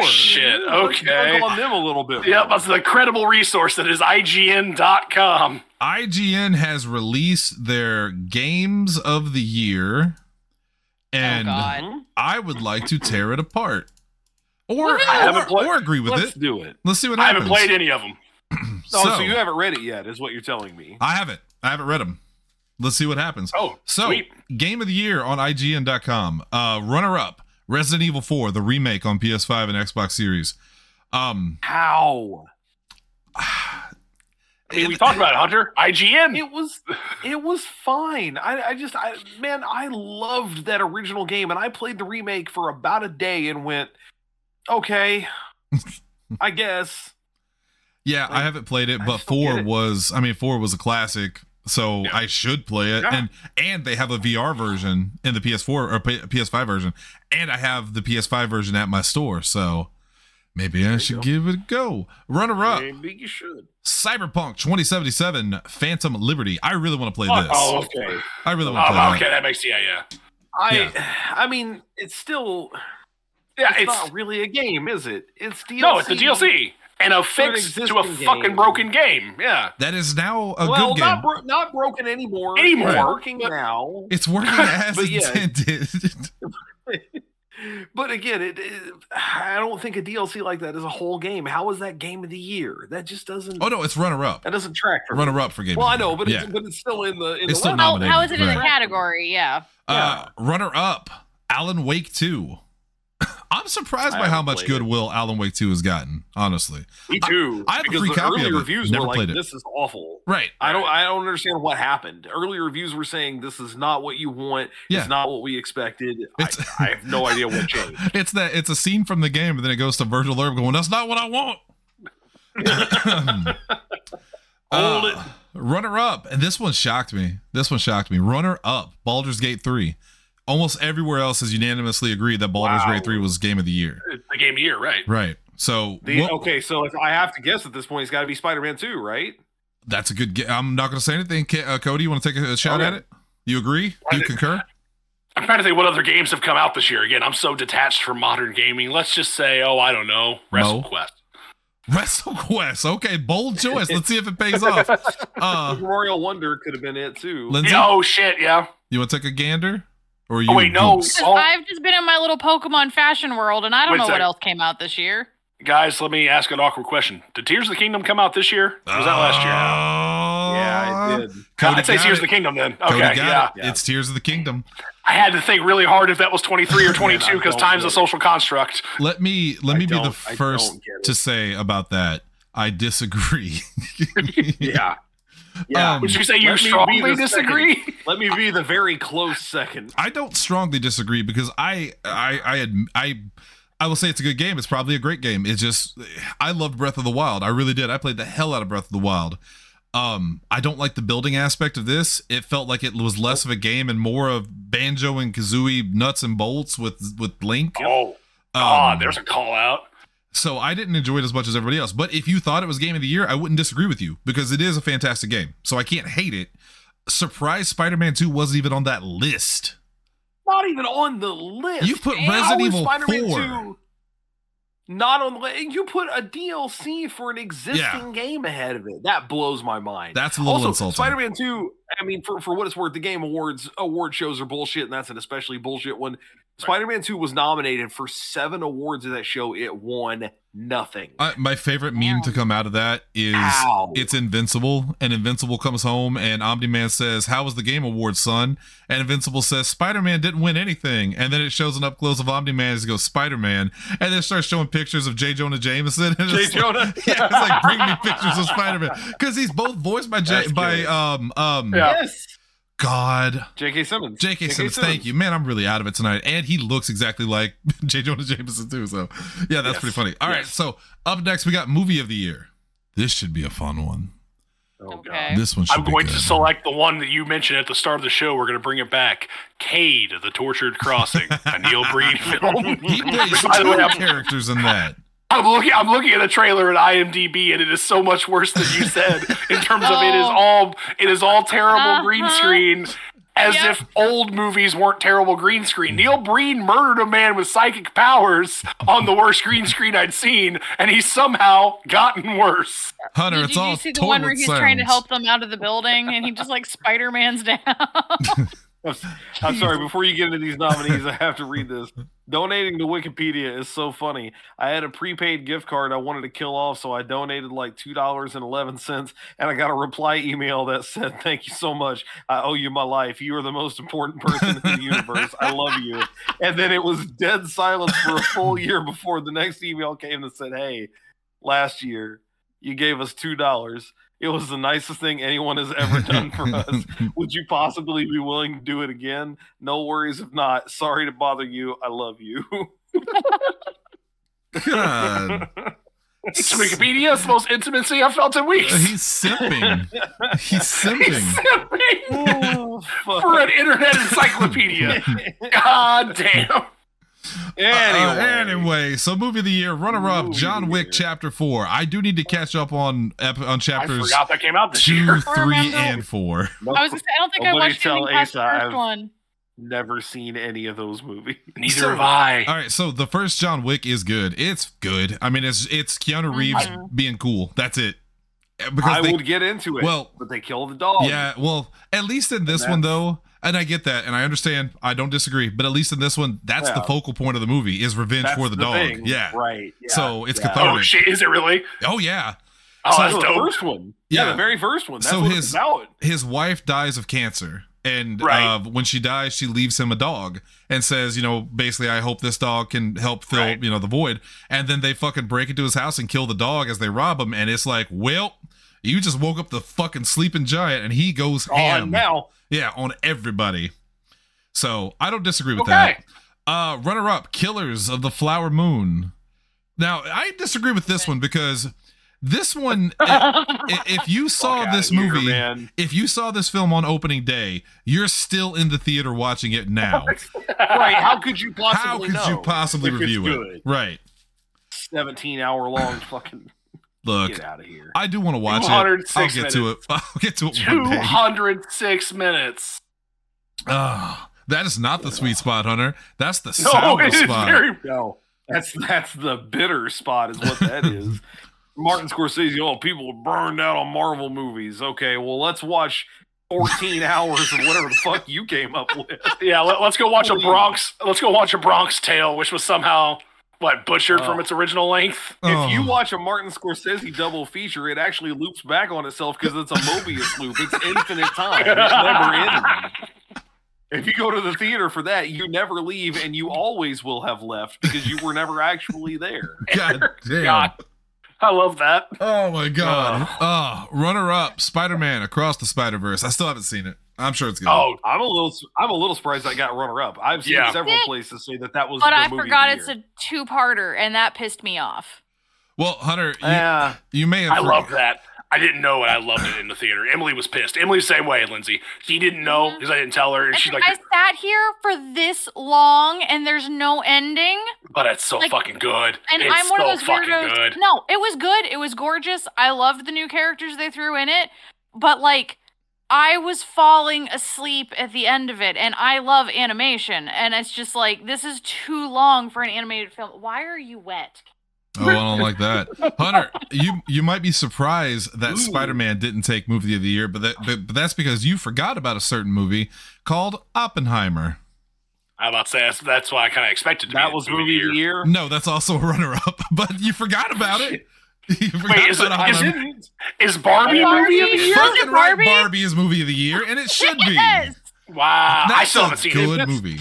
Speaker 2: Oh, shit,
Speaker 5: Let's
Speaker 2: okay.
Speaker 5: dunk on them a little bit.
Speaker 2: Yep, that's the credible resource that is IGN.com.
Speaker 3: IGN has released their games of the
Speaker 2: Oh,
Speaker 3: year, and
Speaker 1: oh God.
Speaker 3: I would like to tear it apart, or
Speaker 1: Woohoo!
Speaker 2: I haven't
Speaker 3: or,
Speaker 2: played-
Speaker 3: or agree with
Speaker 5: Let's
Speaker 3: it.
Speaker 5: do it.
Speaker 3: Let's see what
Speaker 2: I
Speaker 3: happens.
Speaker 2: haven't played any of them.
Speaker 5: Oh, so,
Speaker 3: So-
Speaker 5: you haven't read it yet, is what you're telling me.
Speaker 3: I haven't. I haven't read them. Let's see what happens.
Speaker 2: Oh,
Speaker 3: So,
Speaker 2: sweet.
Speaker 3: game of the year on IGN.com. Uh, runner up Resident Evil 4, the remake on PS5 and Xbox Series. Um, *sighs*
Speaker 5: How?
Speaker 2: I mean, we talked about it, Hunter. IGN.
Speaker 5: It was it was fine. I, I just I man, I loved that original game and I played the remake for about a day and went, Okay. I guess.
Speaker 3: yeah, I
Speaker 5: Like,
Speaker 3: haven't played it,
Speaker 5: I
Speaker 3: but
Speaker 5: just don't get
Speaker 3: 4
Speaker 5: it.
Speaker 3: was, I mean, 4 was a classic, so
Speaker 2: Yeah.
Speaker 3: I should play it.
Speaker 2: Yeah.
Speaker 3: And and they have a VR version in the PS4 or P- PS5 version, and I have the PS5 version at my store, so maybe I
Speaker 5: you
Speaker 3: should
Speaker 5: go.
Speaker 3: give it a go. Runner up
Speaker 5: Maybe you should.
Speaker 3: Cyberpunk 2077 Phantom Liberty. I really want to play
Speaker 2: Fuck
Speaker 3: this.
Speaker 2: off.
Speaker 5: okay.
Speaker 3: I really want to play
Speaker 5: Oh,
Speaker 2: Um,
Speaker 3: that.
Speaker 2: okay, that makes yeah, yeah.
Speaker 5: I I mean, it's still
Speaker 2: Yeah,
Speaker 5: it's,
Speaker 2: it's,
Speaker 5: not really a game, is it? It's DLC.
Speaker 2: no, it's the DLC and a fix
Speaker 5: an
Speaker 2: to a
Speaker 5: existing
Speaker 2: fucking
Speaker 5: game.
Speaker 2: broken game. Yeah,
Speaker 3: That is now a
Speaker 5: well,
Speaker 3: good game.
Speaker 5: not bro- not broken anymore.
Speaker 2: Anymore.
Speaker 5: It's working now.
Speaker 3: it's working as
Speaker 5: *laughs* But yeah.
Speaker 3: intended. *laughs*
Speaker 5: But again, it, it- I don't think a DLC like that is a whole game. How is that game of the year? That just doesn't.
Speaker 3: oh no, it's runner up.
Speaker 5: That doesn't track for me.
Speaker 3: Runner up for game.
Speaker 5: Well,
Speaker 3: of
Speaker 5: I
Speaker 3: the
Speaker 5: know,
Speaker 3: Year.
Speaker 5: but
Speaker 3: yeah.
Speaker 5: it's, but it's still in the. In
Speaker 3: It's
Speaker 5: the
Speaker 3: still
Speaker 5: list.
Speaker 1: How, how is it in the
Speaker 3: right.
Speaker 1: category? Yeah.
Speaker 3: uh, runner up. Alan Wake Two. *laughs* I'm surprised
Speaker 5: I
Speaker 3: by how
Speaker 5: haven't
Speaker 3: much
Speaker 5: played it.
Speaker 3: goodwill Alan Wake Two has gotten. Honestly,
Speaker 5: Me too.
Speaker 3: I have a
Speaker 5: because
Speaker 3: free
Speaker 5: the
Speaker 3: copy
Speaker 5: early
Speaker 3: of it.
Speaker 5: reviews
Speaker 3: Never
Speaker 5: were like,
Speaker 3: played it.
Speaker 5: "This is awful."
Speaker 3: right?
Speaker 5: I don't. I don't understand what happened. Early reviews were saying this is not what you want.
Speaker 3: Yeah.
Speaker 5: It's not what we expected. I,
Speaker 3: It's-
Speaker 5: I have
Speaker 3: *laughs*
Speaker 5: no idea what changed.
Speaker 3: It's that it's a scene from the game, and then it goes to Virgil Urb going, "That's not what
Speaker 2: *laughs*
Speaker 3: I want."
Speaker 2: Hold it.
Speaker 3: Uh, Runner up, and this one shocked me. This one shocked me. Runner up, Baldur's Gate three. Almost everywhere else has unanimously agreed that Baldur's
Speaker 5: Wow.
Speaker 3: Gate three was game of the year.
Speaker 2: it's the game of the year, right?
Speaker 3: Right. So
Speaker 5: The,
Speaker 3: what-
Speaker 5: okay, so if I have to guess at this point, it's got to be Spider-Man 2, right?
Speaker 3: that's a good. Ge- I'm not going to say anything. Ca- uh, Cody, you want to take a, a shot
Speaker 5: Okay.
Speaker 3: at it? You agree? You concur?
Speaker 2: I'm trying to think what other games have come out this year. Again, I'm so detached from modern gaming. Let's just say, oh, I don't know,
Speaker 3: Mo?
Speaker 2: WrestleQuest.
Speaker 3: WrestleQuest. Okay, bold choice. Let's see if
Speaker 2: *laughs*
Speaker 3: it pays off. Uh,
Speaker 5: Royal Wonder could have been it too.
Speaker 3: Lindsay,
Speaker 2: Yeah, oh shit, yeah.
Speaker 3: you want to take a gander? Or you
Speaker 2: Oh wait, no.
Speaker 3: goose?
Speaker 1: Because
Speaker 2: Oh,
Speaker 1: I've just been in my little Pokemon fashion world, and I don't
Speaker 2: Wait a
Speaker 1: know what
Speaker 2: second.
Speaker 1: else came out this year.
Speaker 2: guys, let me ask an awkward question. Did Tears of the Kingdom come out this year? Or was that last year?
Speaker 5: yeah,
Speaker 3: Uh,
Speaker 5: it did.
Speaker 3: Cody
Speaker 2: I'd say
Speaker 3: got
Speaker 2: Tears of
Speaker 3: it.
Speaker 2: the Kingdom then.
Speaker 3: Cody
Speaker 2: Okay,
Speaker 3: got
Speaker 2: yeah.
Speaker 3: it. It's Tears of the Kingdom.
Speaker 2: I had to think really hard if that was
Speaker 3: *laughs*
Speaker 2: 23 or 22 because
Speaker 5: don't
Speaker 2: time's
Speaker 5: get
Speaker 2: a
Speaker 5: it.
Speaker 2: social construct.
Speaker 3: Let me let
Speaker 5: I
Speaker 3: me be the
Speaker 5: don't- I don't
Speaker 3: first
Speaker 5: get it.
Speaker 3: to say about that. I disagree. *laughs*
Speaker 5: Yeah.
Speaker 3: Yeah.
Speaker 2: Would you say you
Speaker 5: Let me be
Speaker 2: strongly
Speaker 5: the
Speaker 2: disagree?
Speaker 5: Let me be the very close second.
Speaker 3: I don't strongly disagree because I I I adm- I I will say it's a good game. It's probably a great game. It's just I loved Breath of the Wild. I really did. I played the hell out of Breath of the Wild. Um, I don't like the building aspect of this. It felt like it was less of a game and more of banjo and kazooie nuts and bolts with with Link.
Speaker 2: Oh,
Speaker 3: Um,
Speaker 2: God, there's a call out.
Speaker 3: so I didn't enjoy it as much as everybody else. But if you thought it was game of the year, I wouldn't disagree with you because it is a fantastic game. So I can't hate it. Surprise Spider-Man 2 wasn't even on that list.
Speaker 5: Not even on the list.
Speaker 3: You put
Speaker 1: Damn,
Speaker 5: oh,
Speaker 3: Resident
Speaker 5: How is
Speaker 3: Evil
Speaker 5: Spider-Man
Speaker 3: 4.
Speaker 5: 2 Not only you put a DLC for an existing game ahead of it. That blows my mind.
Speaker 3: That's a little
Speaker 5: also,
Speaker 3: insulting.
Speaker 5: Spider-Man 2, I mean, for, for what it's worth, the game awards award shows are bullshit, and that's an especially bullshit one. Spider-Man 2 was nominated for seven awards of that show. It won nothing.
Speaker 3: I, my favorite meme to come out of that is
Speaker 5: Ow. *laughs*
Speaker 3: it's Invincible, and Invincible comes home, and Omni Man says, "How was the game award, son?" And Invincible says, "Spider Man didn't win anything." And then it shows an up close of Omni Man as he goes, "Spider Man," and then it starts showing pictures of J Jonah Jameson. *laughs* And
Speaker 2: J.
Speaker 3: it's like-
Speaker 2: Jonah.
Speaker 3: yeah, it's like bring me pictures of Spider Man because he's both voiced by J-
Speaker 5: That's
Speaker 3: by
Speaker 5: good.
Speaker 3: um um
Speaker 6: Yeah.
Speaker 5: Yes.
Speaker 3: God
Speaker 5: J.K. Simmons.
Speaker 3: J.K. Simmons, thank you, man. I'm really out of it tonight, and he looks exactly like *laughs* J. Jonah Jameson too. So, yeah, that's
Speaker 5: Yes.
Speaker 3: pretty funny. All right,
Speaker 5: Yes.
Speaker 3: so up next we got movie of the year. This should be a fun one.
Speaker 5: Oh, God.
Speaker 1: Okay.
Speaker 3: This one should
Speaker 2: I'm
Speaker 3: be
Speaker 2: going
Speaker 3: good.
Speaker 2: to select the one that you mentioned at the start of the show. We're going to bring it back. Cade, The Tortured Crossing, a Neil
Speaker 3: *laughs*
Speaker 2: Breed film.
Speaker 3: He
Speaker 2: *laughs*
Speaker 3: plays
Speaker 2: By the way,
Speaker 3: two
Speaker 2: I'm,
Speaker 3: *laughs* characters in that.
Speaker 2: I'm looking. I'm looking at the trailer at IMDb, and it is so much worse than you said in terms of it is
Speaker 1: Oh.
Speaker 2: all it is all terrible green
Speaker 1: Uh-huh.
Speaker 2: screen. As
Speaker 1: Yep.
Speaker 2: if old movies weren't terrible green screen. Neil Breen murdered a man with psychic powers on the worst green screen I'd seen, and he's somehow gotten worse.
Speaker 3: Hunter,
Speaker 1: Did
Speaker 3: it's
Speaker 1: you,
Speaker 3: all
Speaker 1: you see the one where
Speaker 3: toilet
Speaker 1: he's trying to
Speaker 3: sounds.
Speaker 1: *laughs* help them out of the building and he just like Spider Man's down? *laughs*
Speaker 5: I'm
Speaker 2: *laughs*
Speaker 5: sorry, before you get into these nominees, I have to read this. Donating to Wikipedia is so funny. I had a prepaid gift card I wanted to kill off, so I donated like $2.11, and I got a reply email that said, Thank you so much. I owe you my life. You are the most important person in the universe. I love you. And then it was dead silence for
Speaker 2: *laughs*
Speaker 5: a full year before the next email came that said, Hey, last year you gave us $2. It was the nicest thing anyone has ever
Speaker 3: *laughs*
Speaker 5: done for us. Would you possibly be willing to do it again? No worries if not. Sorry to bother you. I love you. *laughs*
Speaker 3: God.
Speaker 2: It's Wikipedia, it's the most intimacy I've felt in *laughs* weeks.
Speaker 3: Uh, He's simping. He's
Speaker 2: He's
Speaker 3: simping.
Speaker 2: simping
Speaker 5: oh, *laughs*
Speaker 3: *laughs*
Speaker 5: fuck.
Speaker 2: for an internet
Speaker 5: *laughs*
Speaker 2: encyclopedia. God damn.
Speaker 3: Uh,
Speaker 5: anyway,
Speaker 3: anyway, so movie of the year, runner-up,
Speaker 5: Movie
Speaker 3: John
Speaker 5: of the
Speaker 3: Wick
Speaker 5: year.
Speaker 3: Chapter Four. I do need to catch up on ep- on
Speaker 2: I
Speaker 3: chapters
Speaker 2: forgot that came out this
Speaker 3: two,
Speaker 2: year.
Speaker 3: *laughs* three,
Speaker 1: Remember-
Speaker 3: and four. *laughs*
Speaker 1: I was gonna say, I don't think I
Speaker 5: Nobody
Speaker 1: watched
Speaker 5: tell
Speaker 1: anything past the
Speaker 5: Asa
Speaker 1: 1st
Speaker 5: I've-
Speaker 1: one.
Speaker 5: never seen any of those movies.
Speaker 2: Neither
Speaker 3: So-
Speaker 2: have I.
Speaker 3: All right, so the first John Wick is good. It's good. I mean, it's it's Keanu Reeves
Speaker 1: Mhm.
Speaker 3: being cool. That's it. Because
Speaker 5: I
Speaker 3: they,
Speaker 5: would get into it.
Speaker 3: well,
Speaker 5: but they kill the dog.
Speaker 3: yeah, well, at least in this
Speaker 5: And
Speaker 3: one
Speaker 5: that's-
Speaker 3: though, and I get that, and I understand. I don't disagree, but at least in this one, that's the
Speaker 5: Yeah.
Speaker 3: focal point of the movie is revenge
Speaker 5: That's
Speaker 3: for the, dog.
Speaker 5: thing,
Speaker 3: Yeah.
Speaker 5: Right. yeah,
Speaker 3: So it's
Speaker 5: yeah.
Speaker 3: cathartic.
Speaker 2: Oh shit, is it really?
Speaker 3: Oh yeah.
Speaker 2: Oh,
Speaker 3: So-
Speaker 2: that's
Speaker 5: Oh, the
Speaker 2: dope.
Speaker 5: first one.
Speaker 3: Yeah.
Speaker 5: Yeah, the very first one. That's
Speaker 3: So
Speaker 5: what
Speaker 3: his-
Speaker 5: it's about.
Speaker 3: His wife dies of cancer, and
Speaker 2: Right.
Speaker 3: uh, when she dies, she leaves him a dog and says, you know, basically, I hope this dog can help fill,
Speaker 2: Right.
Speaker 3: you know, the void. And then they fucking break into his house and kill the dog as they rob him, and it's like, well. You just woke up the fucking sleeping giant, and he goes
Speaker 2: Oh,
Speaker 3: ham.
Speaker 5: On Oh, now.
Speaker 3: Yeah, on everybody. So I don't disagree with
Speaker 2: Okay.
Speaker 3: that. Uh runner up, Killers of the Flower Moon. Now, I disagree with this one because this one i- i-
Speaker 2: *laughs*
Speaker 3: if you saw
Speaker 5: Fuck outta
Speaker 3: this
Speaker 5: here,
Speaker 3: movie,
Speaker 5: man.
Speaker 3: if you saw this film on opening day, you're still in the theater watching
Speaker 2: *laughs*
Speaker 3: it now.
Speaker 5: *laughs* Right. How could you
Speaker 3: How
Speaker 5: possibly
Speaker 3: could you
Speaker 5: know
Speaker 3: possibly
Speaker 5: if it's
Speaker 3: review
Speaker 5: good?
Speaker 3: it? Right.
Speaker 5: 17 hour long fucking
Speaker 3: Look,
Speaker 5: get out of here.
Speaker 3: I do want to watch it. I'll get
Speaker 2: 206
Speaker 3: to it. *laughs* I'll get to it one day.
Speaker 2: 206 minutes.
Speaker 3: Ah, that is not the sweet spot, Hunter. That's the
Speaker 5: *laughs*
Speaker 2: No,
Speaker 3: sour
Speaker 2: it is
Speaker 3: spot.
Speaker 2: very
Speaker 5: No, that's that's the bitter spot, is what
Speaker 2: *laughs*
Speaker 5: that is. Martin Scorsese, oh, people were burned out on Marvel movies. Okay, well, let's watch
Speaker 2: *laughs*
Speaker 5: 14 hours of whatever the fuck you came up with.
Speaker 2: Yeah, let, us go watch a
Speaker 5: Please.
Speaker 2: Bronx. Let's go watch a Bronx Tale, which was somehow what butchered
Speaker 5: Oh.
Speaker 2: from its original length.
Speaker 3: Oh.
Speaker 5: If you watch a Martin Scorsese double feature, it actually loops back on itself because it's a Mobius loop. It's infinite time. It's never ending. If you go to the theater for that, you never leave and you always will have left because you were never
Speaker 3: *laughs*
Speaker 5: actually there.
Speaker 2: *laughs*
Speaker 3: God damn.
Speaker 2: God. I love that.
Speaker 3: Oh my god. Oh, runner up Spider Man Across the Spider Verse. I still haven't seen it. I'm sure it's good.
Speaker 2: Oh,
Speaker 5: I'm a little I'm a little surprised I got runner up. I've seen
Speaker 2: Yeah.
Speaker 5: several
Speaker 1: Sick.
Speaker 5: places say that that was.
Speaker 1: But
Speaker 5: the
Speaker 1: I
Speaker 5: movie of
Speaker 1: forgot
Speaker 5: the
Speaker 1: it's
Speaker 5: year.
Speaker 1: a two parter and that pissed me off.
Speaker 3: Well, Hunter, you,
Speaker 5: Yeah,
Speaker 3: you may
Speaker 2: Eh,
Speaker 3: have
Speaker 2: I
Speaker 3: forg-
Speaker 2: love that. I didn't know, and I loved it in the theater. Emily was pissed. Emily's the same way, Lindsay. She didn't know because I didn't tell her, and
Speaker 1: And
Speaker 2: she's like,
Speaker 1: I sat here for this long and there's no ending.
Speaker 2: "But it's Oh, so
Speaker 1: like-
Speaker 2: fucking good.
Speaker 1: And
Speaker 2: it's
Speaker 1: I'm one
Speaker 2: so
Speaker 1: of those
Speaker 2: fucking
Speaker 1: weirdos.
Speaker 2: good."
Speaker 1: No, it was good. It was gorgeous. I loved the new characters they threw in it. But like I was falling asleep at the end of it and I love animation and it's just like this is too long for an animated film. Why are you wet?
Speaker 3: Oh, I don't like that, Hunter. You you might be surprised that Spider Man didn't take movie of the year, but that but, but that's because you forgot about a certain movie called Oppenheimer.
Speaker 2: I'm about to say that's, that's why I kind of expected to be
Speaker 5: That
Speaker 2: the
Speaker 5: was movie of the year.
Speaker 3: No, that's also a runner up, *laughs* but you forgot about it. You forgot
Speaker 2: Wait, is, it,
Speaker 3: about
Speaker 2: is,
Speaker 3: Oppenheimer.
Speaker 2: it, is Barbie a movie of the
Speaker 1: Barbie?
Speaker 2: year?
Speaker 1: Yes.
Speaker 3: Fucking right,
Speaker 1: Barbie?
Speaker 3: Barbie is movie of the year, and it should
Speaker 1: *laughs*
Speaker 3: be.
Speaker 1: Yes.
Speaker 2: Wow, I
Speaker 3: That's
Speaker 2: still
Speaker 3: a
Speaker 2: haven't seen
Speaker 3: good
Speaker 2: it.
Speaker 3: movie.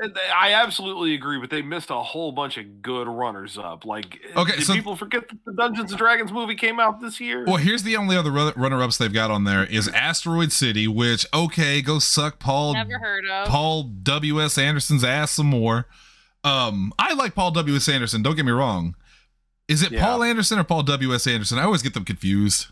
Speaker 5: And they- I absolutely agree, but they missed a whole bunch of good runners up. Like,
Speaker 3: Okay,
Speaker 5: did
Speaker 3: so-
Speaker 5: people forget that the Dungeons and Dragons movie came out this year?
Speaker 3: Well, here's the only other run- runner-ups they've got on there is Asteroid City, which okay, go suck Paul
Speaker 1: Never heard of.
Speaker 3: Paul W. S. Anderson's ass some more. Um, I like Paul W. S. Anderson. Don't get me wrong. Is it
Speaker 5: Yeah.
Speaker 3: Paul Anderson or Paul W. S. Anderson? I always get them confused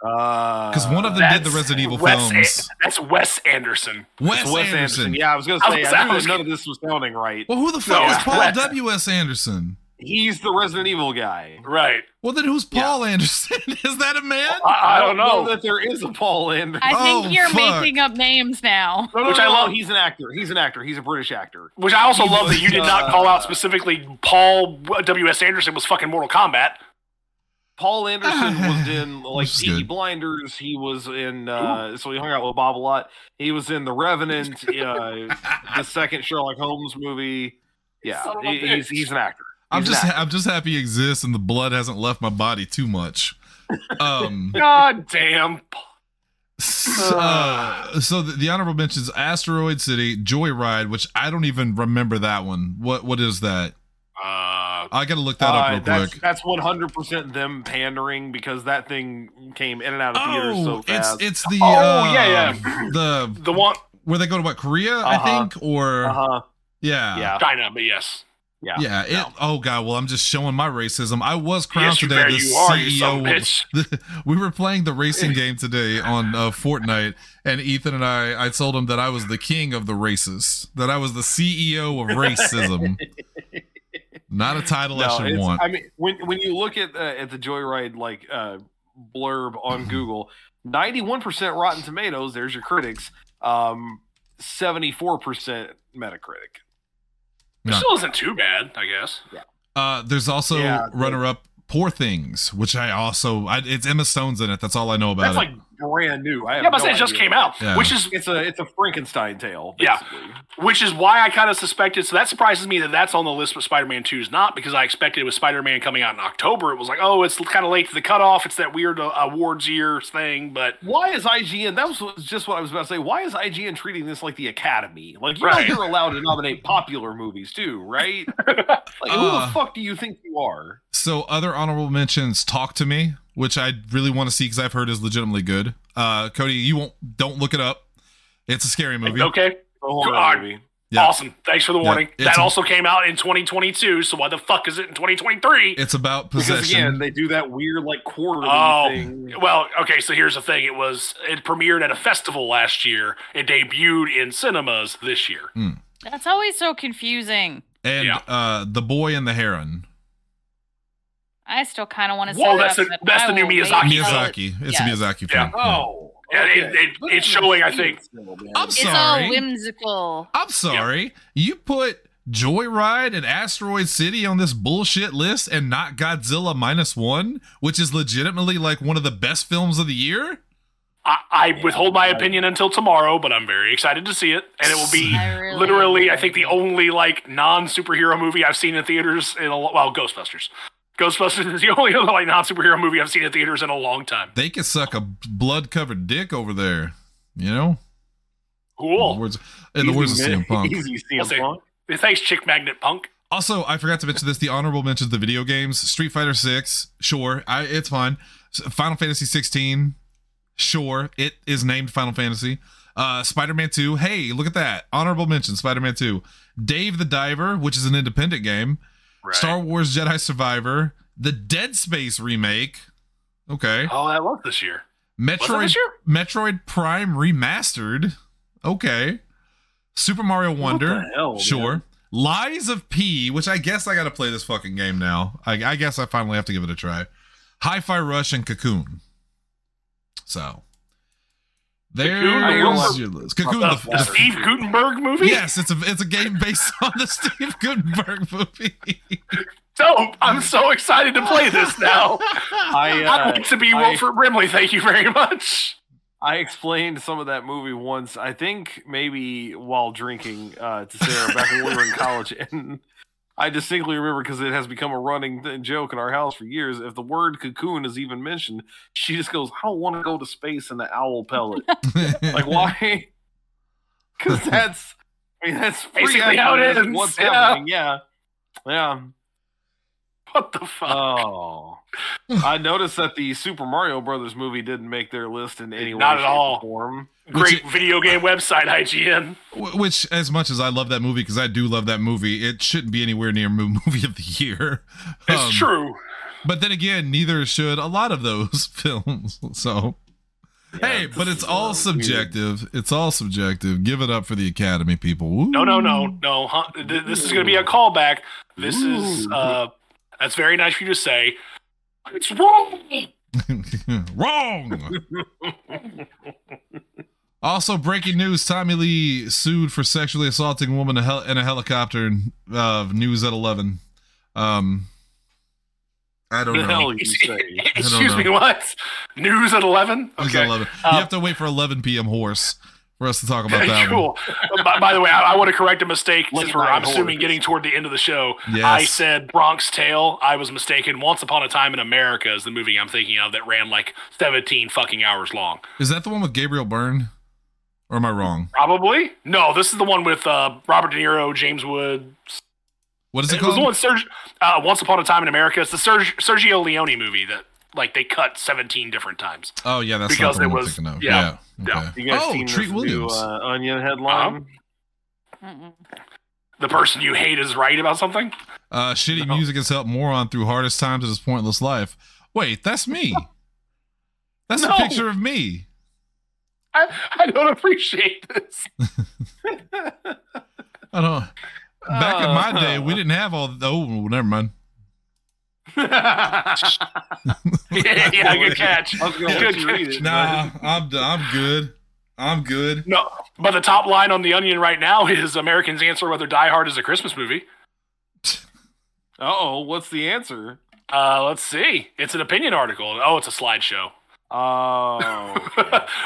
Speaker 3: because
Speaker 5: Because
Speaker 3: one of them did the
Speaker 2: That's
Speaker 3: Resident Evil
Speaker 2: Wes An-
Speaker 3: films.
Speaker 2: that's Wes Anderson.
Speaker 3: Wes,
Speaker 5: Wes Anderson. Yeah, I was gonna
Speaker 2: I
Speaker 5: say
Speaker 2: was-
Speaker 5: I,
Speaker 2: I
Speaker 5: knew that
Speaker 2: was-
Speaker 5: none of this was sounding right.
Speaker 3: Well, who the fuck is
Speaker 2: it's
Speaker 3: Paul
Speaker 2: Wes.
Speaker 3: W. S. Anderson?
Speaker 5: He's the Resident Evil guy.
Speaker 2: Right.
Speaker 3: Well, then who's Paul Anderson? *laughs* is that a man?
Speaker 2: I, I don't know.
Speaker 5: that there is a Paul Anderson.
Speaker 1: I think
Speaker 3: Oh,
Speaker 1: you're
Speaker 3: fuck.
Speaker 1: making up names now.
Speaker 5: No, no,
Speaker 2: Which
Speaker 5: no,
Speaker 2: I
Speaker 5: no,
Speaker 2: love.
Speaker 5: He's an actor. He's an actor. He's a British actor.
Speaker 2: Which I also
Speaker 5: He
Speaker 2: love
Speaker 5: was,
Speaker 2: that you did not call
Speaker 5: uh,
Speaker 2: out specifically Paul W.S. Anderson was fucking Mortal Kombat.
Speaker 5: Paul Anderson
Speaker 3: *sighs*
Speaker 5: was in like
Speaker 3: This is
Speaker 5: Peaky
Speaker 3: good.
Speaker 5: Blinders. He was in. Uh, so he hung out with Bob a lot. He was in
Speaker 2: *laughs*
Speaker 5: The Revenant, uh, the second Sherlock Holmes movie. Yeah,
Speaker 2: Son of a
Speaker 5: he- he's,
Speaker 2: bitch.
Speaker 5: he's an actor.
Speaker 3: I'm
Speaker 5: He's
Speaker 3: just
Speaker 5: an
Speaker 3: I'm just happy he exists and the blood hasn't left my body too much. Um.
Speaker 2: God damn.
Speaker 3: S- uh, so the, the honorable mentions asteroid city joyride which i don't even remember that one what what is that
Speaker 2: Uh,
Speaker 3: i gotta look that up
Speaker 5: Uh,
Speaker 3: real
Speaker 5: that's,
Speaker 3: quick
Speaker 5: That's 100% them pandering because that thing came in and out of theaters so
Speaker 3: oh
Speaker 5: fast.
Speaker 3: it's it's the
Speaker 6: Oh,
Speaker 3: uh,
Speaker 6: yeah,
Speaker 3: the
Speaker 2: the one
Speaker 3: where they go to what korea i
Speaker 5: Uh-huh.
Speaker 3: think or
Speaker 5: uh-huh.
Speaker 3: yeah
Speaker 5: Yeah.
Speaker 2: China, but yes.
Speaker 5: yeah,
Speaker 3: yeah, it, oh god well i'm just showing my racism i was crowned
Speaker 2: Yes, you
Speaker 3: today
Speaker 2: there
Speaker 3: the E
Speaker 2: you are, you son of a
Speaker 3: ceo
Speaker 2: bitch.
Speaker 3: we were playing the racing game today on uh, Fortnite, and Ethan and I, I told him that I was the king of the races, that I was the CEO
Speaker 5: *laughs*
Speaker 3: of racism. Not a title I should
Speaker 5: it's-
Speaker 3: want.
Speaker 5: I mean, when when you look at uh, at the Joyride like uh, blurb on Google, ninety one percent Rotten Tomatoes. There's your critics. Um, seventy four percent Metacritic.
Speaker 3: No.
Speaker 2: It still isn't too bad, I guess.
Speaker 3: uh, there's also
Speaker 5: Yeah, the-
Speaker 3: runner-up Poor Things, which I also, I, it's Emma Stone's in it. That's all I know about
Speaker 5: That's
Speaker 3: it.
Speaker 5: like brand new. I have
Speaker 2: Yeah, but
Speaker 5: no
Speaker 2: I said it just
Speaker 5: idea.
Speaker 2: came out,
Speaker 3: Yeah.
Speaker 2: which is
Speaker 5: It's a it's a Frankenstein tale.
Speaker 2: Yeah.
Speaker 5: Basically. Yeah.
Speaker 2: which is why I kind of suspected. So that surprises me that that's on the list, but Spider-Man Two is not because I expected it was Spider-Man coming out in October. It was like, oh, it's kind of late to the cutoff. It's that weird uh, awards year thing, but
Speaker 5: Why is IGN? That was what- just what I was about to say. Why is IGN treating this like the Academy? Like you
Speaker 2: Right.
Speaker 5: know, you're allowed to nominate popular movies too,
Speaker 2: *laughs*
Speaker 5: right? like who
Speaker 3: Uh,
Speaker 5: the fuck do you think you are?
Speaker 3: So other honorable mentions, Talk to Me, which I really want to see because I've heard is legitimately good. Uh, Cody, you won't, don't look it up. It's a scary movie.
Speaker 2: okay,
Speaker 5: The horror
Speaker 2: God.
Speaker 5: movie.
Speaker 3: Yeah.
Speaker 2: awesome. Thanks for the warning.
Speaker 3: it's
Speaker 2: that
Speaker 3: a-
Speaker 2: also came out in 2022. So why the fuck is it in 2023?
Speaker 3: It's about possession.
Speaker 5: Because again, they do that weird like quarterly
Speaker 2: Oh,
Speaker 5: thing.
Speaker 2: Well, okay, so here's the thing. It was it premiered at a festival last year. It debuted in cinemas this year.
Speaker 1: That's always so confusing.
Speaker 3: and
Speaker 2: Yeah.
Speaker 3: uh the boy and the heron
Speaker 1: I still kind of want to.
Speaker 2: Whoa, that's
Speaker 1: it
Speaker 2: the-
Speaker 1: up, but
Speaker 2: that's
Speaker 1: I
Speaker 2: the new
Speaker 1: will wait
Speaker 2: Miyazaki
Speaker 1: till
Speaker 2: film.
Speaker 1: it-
Speaker 3: miyazaki it's
Speaker 1: yes.
Speaker 3: a miyazaki
Speaker 2: Yeah.
Speaker 3: film
Speaker 5: Oh,
Speaker 2: Yeah, it- it- it's
Speaker 5: But I haven't
Speaker 2: showing, I
Speaker 5: seen
Speaker 2: think-
Speaker 5: it still, man.
Speaker 3: i'm
Speaker 1: It's all
Speaker 3: sorry
Speaker 1: whimsical.
Speaker 3: i'm sorry you put joyride and asteroid city on this bullshit list and not godzilla minus one which is legitimately like one of the best films of the year
Speaker 2: I, I
Speaker 5: Yeah,
Speaker 2: withhold my
Speaker 5: I-
Speaker 2: opinion until tomorrow, but I'm very excited to see it, and it will be
Speaker 1: I really
Speaker 2: literally, I think, the only like non superhero movie I've seen in theaters in a lo- well, Ghostbusters. Ghostbusters is the only *laughs* other like non superhero movie I've seen in theaters in a long time.
Speaker 3: they could suck a blood covered dick over there you know in the
Speaker 2: Cool.
Speaker 3: words, in the
Speaker 5: Easy,
Speaker 3: words of
Speaker 5: man.
Speaker 3: CM Punk.
Speaker 5: *laughs* Easy CM
Speaker 2: I'll say-
Speaker 5: Punk.
Speaker 2: Thanks, Chick Magnet Punk.
Speaker 3: Also, I forgot to mention this. The honorable mentions the video games: Street Fighter Six, sure, I, it's fine. S- Final Fantasy sixteen, sure, it is named Final Fantasy. Uh, Spider Man two, hey, look at that! Honorable mention: Spider Man two, Dave the Diver, which is an independent game,
Speaker 2: Right.
Speaker 3: Star Wars Jedi Survivor, the Dead Space remake, okay,
Speaker 2: oh, that was this year. Was that
Speaker 3: Metroid
Speaker 2: this year?
Speaker 3: Metroid Prime remastered, okay, Super Mario Wonder,
Speaker 5: What the hell, man?
Speaker 3: Sure. Lies of P, which I guess I got to play this fucking game now. I, I guess I finally have to give it a try. Hi Fi Rush and Cocoon. So.
Speaker 2: Cocoon, I
Speaker 3: There's
Speaker 5: remember-
Speaker 3: your list. Cocoon
Speaker 2: The,
Speaker 3: the,
Speaker 2: the Steve Gutenberg movie?
Speaker 3: *laughs*
Speaker 2: *laughs*
Speaker 3: Yes, it's a it's a game based on the Steve Gutenberg movie.
Speaker 2: Dope. I'm so excited to play
Speaker 5: *laughs*
Speaker 2: this now.
Speaker 5: *laughs* I,
Speaker 2: *laughs*
Speaker 5: uh,
Speaker 2: I'd like to be
Speaker 5: I-
Speaker 2: Wilford Brimley. Thank you very much. *laughs*
Speaker 5: I explained some of that movie once. I think maybe while drinking uh, to Sarah back when we were in college, *laughs* and I distinctly remember because it has become a running th- joke in our house for years. If the word cocoon is even mentioned, she just goes, "I don't want to go to space in the owl pellet."
Speaker 2: *laughs*
Speaker 5: like why? Because that's I mean that's pretty
Speaker 2: Basically how it
Speaker 5: accurate. That's
Speaker 2: ends,
Speaker 5: What's
Speaker 2: yeah.
Speaker 5: happening? Yeah,
Speaker 2: *laughs*
Speaker 5: yeah.
Speaker 2: What the fuck?
Speaker 5: Oh, I noticed that the Super Mario Brothers movie didn't make their list in any way,
Speaker 2: Not at
Speaker 5: shape, or
Speaker 2: all.
Speaker 5: form.
Speaker 2: Great video game website, IGN.
Speaker 3: Wh- Which, as much as I love that movie, because I do love that movie, it shouldn't be anywhere near mo- *laughs* movie of the year.
Speaker 2: It's
Speaker 3: Um,
Speaker 2: true.
Speaker 3: But then again, neither should a lot of those *laughs* films. So, hey, but it's
Speaker 5: uh,
Speaker 3: all subjective. It's all subjective. Give it up for the Academy people. Woo.
Speaker 2: No, no, no, no. Huh? Th- This is going to be a callback. This is. uh That's very nice for you to say. It's wrong.
Speaker 3: *laughs* Wrong. also, breaking news: Tommy Lee sued for sexually assaulting a woman in a hel- in a helicopter. Uh, news at eleven. Um, I don't
Speaker 5: The
Speaker 3: know.
Speaker 5: hell
Speaker 3: *laughs*
Speaker 5: you say?
Speaker 2: Excuse
Speaker 3: know.
Speaker 2: me. What? News at eleven?
Speaker 3: News at 11.
Speaker 2: Um,
Speaker 3: you have to wait for eleven p.m. horse for us to talk
Speaker 2: *laughs*
Speaker 3: about that. one.
Speaker 2: cool. by, by the way, I, I want to correct a mistake.
Speaker 5: Let's
Speaker 2: Since we're,
Speaker 5: ride
Speaker 2: I'm assuming
Speaker 5: horses.
Speaker 2: getting toward the end of the show,
Speaker 3: Yes.
Speaker 2: I said Bronx Tale. I was mistaken. Once Upon a Time in America is the movie I'm thinking of that ran like 17 fucking hours long.
Speaker 3: Is that the one with Gabriel Byrne? Or am I wrong?
Speaker 2: Probably. No, this is the one with uh, Robert De Niro, James Wood.
Speaker 3: What is it,
Speaker 2: It was
Speaker 3: called?
Speaker 2: the one Serg- uh, Once Upon a Time in America. It's the Serg- Sergio Leone movie that like they cut 17 different times.
Speaker 3: oh yeah, that's
Speaker 2: because
Speaker 3: not the
Speaker 2: it
Speaker 3: one I'm
Speaker 2: was-
Speaker 3: thinking of.
Speaker 2: yeah,
Speaker 3: Okay.
Speaker 2: yeah.
Speaker 5: You guys
Speaker 3: oh,
Speaker 5: seen
Speaker 3: Treat
Speaker 5: this new,
Speaker 3: Williams.
Speaker 5: uh, Onion headline? *laughs*
Speaker 1: Mm-mm.
Speaker 2: The person you hate is right about something.
Speaker 3: Uh, shitty music has helped moron through hardest times of his pointless life. Wait, that's me. That's a
Speaker 2: No.
Speaker 3: picture of me.
Speaker 2: I, I don't appreciate
Speaker 3: *laughs*
Speaker 2: this. *laughs*
Speaker 3: I don't. Back in my day, we
Speaker 5: Oh.
Speaker 3: didn't have all. Oh, never mind.
Speaker 2: yeah, yeah, good catch.
Speaker 5: I was gonna
Speaker 2: Good
Speaker 5: let you read it.
Speaker 3: Nah, I'm d- I'm good. I'm good.
Speaker 2: No, but the top line on The Onion right now is Americans answer whether Die Hard is a Christmas movie.
Speaker 5: Uh oh, what's the answer?
Speaker 2: Uh, let's see. It's an opinion article. Oh, it's a slideshow. *laughs*
Speaker 5: Oh,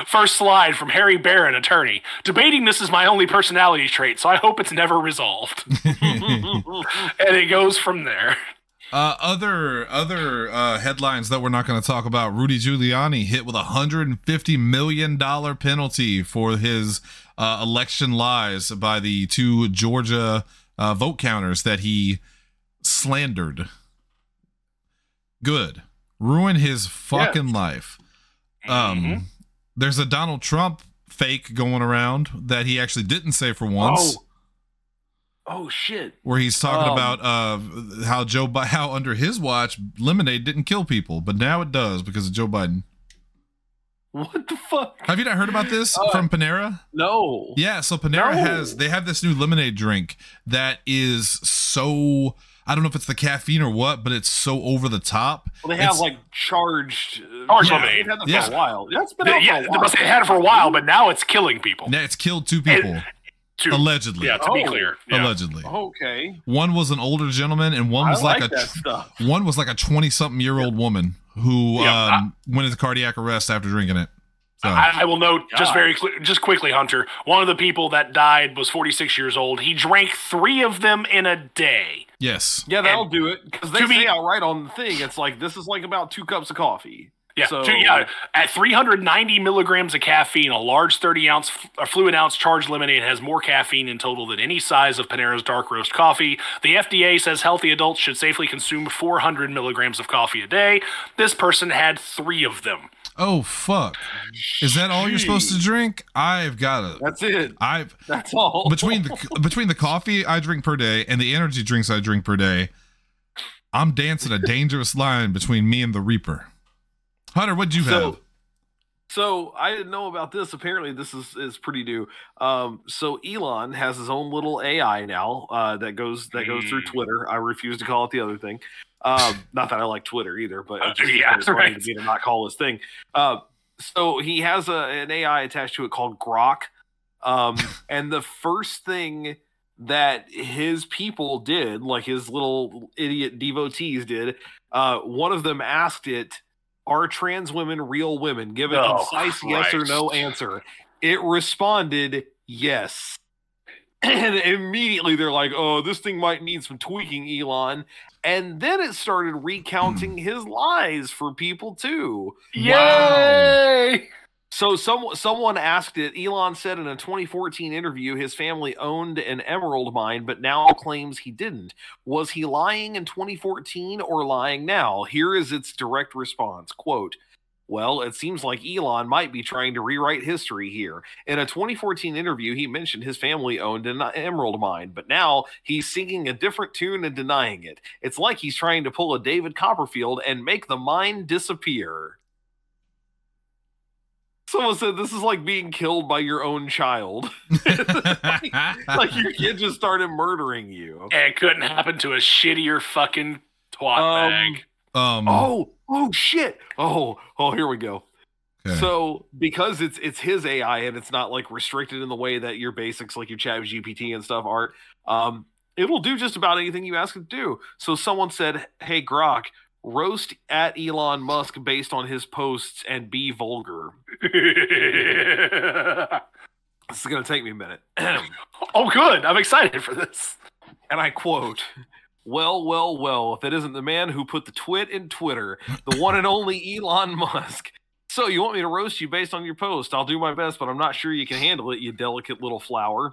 Speaker 2: First slide from Harry Barron, attorney. Debating this is my only personality trait, so I hope it's never resolved. *laughs* and it goes from there.
Speaker 3: Uh, other other uh, headlines that we're not going to talk about. Rudy Giuliani hit with a hundred and fifty million dollar penalty for his uh, election lies by the two Georgia uh, vote counters that he slandered. Good, ruin his fucking life. Um,
Speaker 2: Mhm.
Speaker 3: there's a Donald Trump fake going around that he actually didn't say for once
Speaker 5: oh shit!
Speaker 3: where he's talking
Speaker 5: Um,
Speaker 3: about uh, how Joe Bi- how under his watch lemonade didn't kill people, but now it does because of Joe Biden.
Speaker 5: What the fuck?
Speaker 3: Have you not heard about this
Speaker 5: Uh,
Speaker 3: from Panera?
Speaker 5: No.
Speaker 3: Yeah, so Panera
Speaker 5: No.
Speaker 3: has they have this new lemonade drink that is so I don't know if it's the caffeine or what, but it's so over the top.
Speaker 5: Well, they have
Speaker 3: It's-
Speaker 5: like charged.
Speaker 2: Charged
Speaker 5: yeah,
Speaker 2: lemonade.
Speaker 5: they've had that
Speaker 3: Yeah.
Speaker 5: for a while. That's been out
Speaker 2: Oh, yeah,
Speaker 5: for a while.
Speaker 2: they had it for a while, but now it's killing people.
Speaker 3: yeah, it's killed two people
Speaker 2: Two.
Speaker 3: allegedly.
Speaker 2: Yeah, to be
Speaker 5: Oh.
Speaker 2: clear. Yeah.
Speaker 3: Allegedly,
Speaker 5: Okay,
Speaker 3: one was an older gentleman and one
Speaker 5: I
Speaker 3: was
Speaker 5: like,
Speaker 3: like, a
Speaker 5: that
Speaker 3: tr-
Speaker 5: stuff.
Speaker 3: one was like a twenty something year old woman who
Speaker 2: Yeah,
Speaker 3: um, went into cardiac arrest after drinking it. So
Speaker 2: I, I will note just
Speaker 5: God.
Speaker 2: very cl- just quickly, Hunter. One of the people that died was 46 years old. He drank three of them in a day.
Speaker 3: yes,
Speaker 5: Yeah, that'll do it because they
Speaker 2: To be-
Speaker 5: say outright on the thing. It's like this is like about two cups of coffee.
Speaker 2: Yeah,
Speaker 5: So-
Speaker 2: two- yeah, At 390 milligrams of caffeine, a large 30 ounce f- a fluid ounce charged lemonade has more caffeine in total than any size of Panera's dark roast coffee. The FDA says healthy adults should safely consume 400 milligrams of coffee a day. This person had three of them.
Speaker 3: Oh fuck! Is that all you're supposed to drink? I've got a.
Speaker 5: That's it.
Speaker 3: I've
Speaker 5: That's all.
Speaker 3: between the between the coffee I drink per day and the energy drinks I drink per day, I'm dancing a dangerous line between me and the Reaper. Hunter, what'd you
Speaker 5: So-
Speaker 3: have?
Speaker 5: So I didn't know about this. Apparently, this is is pretty new. Um, so Elon has his own little AI now uh, that goes that goes through
Speaker 2: Mm.
Speaker 5: Twitter. I refuse to call it the other thing. Um, not that I like Twitter either, but
Speaker 2: Uh,
Speaker 5: it just
Speaker 2: yeah,
Speaker 5: it's funny
Speaker 2: right.
Speaker 5: to me to not call this thing. Uh, so he has a, an AI attached to it called Grok, um, and the first thing that his people did, like his little idiot devotees did. Uh, one of them asked it, "Are trans women real women?" Give a
Speaker 2: Oh,
Speaker 5: concise yes or no
Speaker 2: Christ.
Speaker 5: answer. It responded yes, *clears throat* and immediately they're like, "Oh, this thing might need some tweaking, Elon." And then it started
Speaker 2: *clears throat*
Speaker 5: recounting his lies for people too.
Speaker 2: Yay!
Speaker 5: So some someone asked it. Elon said in a 2014 interview his family owned an emerald mine, but now claims he didn't. Was he lying in 2014 or lying now? Here is its direct response. Quote. Well, it seems like Elon might be trying to rewrite history here. In a 2014 interview, he mentioned his family owned an emerald mine, but now he's singing a different tune and denying it. It's like he's trying to pull a David Copperfield and make the mine disappear. Someone said this is like being killed by your own child. *laughs* like your kid just started murdering you.
Speaker 2: It couldn't happen to a shittier fucking twat
Speaker 5: Um,
Speaker 2: bag.
Speaker 3: *laughs* um,
Speaker 5: Oh, oh shit. Oh, oh, here we go.
Speaker 3: okay.
Speaker 5: So because it's it's his AI and it's not like restricted in the way that your basics like your Chat GPT and stuff aren't, um, it'll do just about anything you ask it to do. So someone said, "Hey Grok, roast at Elon Musk based on his posts and be vulgar." *laughs* This is gonna take me a minute. *clears throat*
Speaker 2: oh, good. I'm excited for this.
Speaker 5: And I quote, Well, well, well, if it isn't the man who put the twit in Twitter, the one and only Elon Musk. So you want me to roast you based on your post? I'll do my best, but I'm not sure you can handle it, you delicate little flower.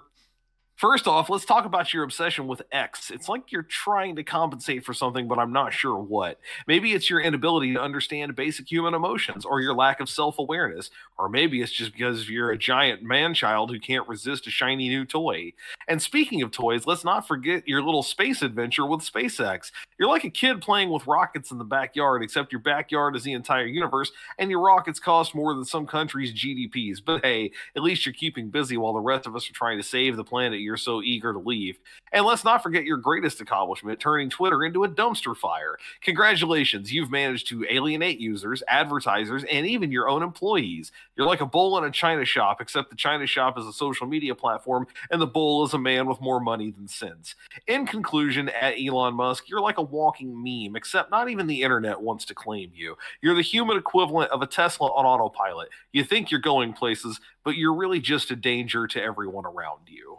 Speaker 5: First off, let's talk about your obsession with X. It's like you're trying to compensate for something, but I'm not sure what. Maybe it's your inability to understand basic human emotions or your lack of self awareness, or maybe it's just because you're a giant man child who can't resist a shiny new toy. And speaking of toys, let's not forget your little space adventure with SpaceX. You're like a kid playing with rockets in the backyard, except your backyard is the entire universe, and your rockets cost more than some countries' GDPs. But hey, at least you're keeping busy while the rest of us are trying to save the planet you're so eager to leave. And let's not forget your greatest accomplishment turning Twitter into a dumpster fire. Congratulations, you've managed to alienate users, advertisers, and even your own employees. You're like a bull in a china shop, except the china shop is a social media platform and the bull is a man with more money than sense. In conclusion, at Elon Musk, you're like a walking meme, except not even the internet wants to claim you. You're the human equivalent of a Tesla on autopilot. You think you're going places, but you're really just a danger to everyone around you.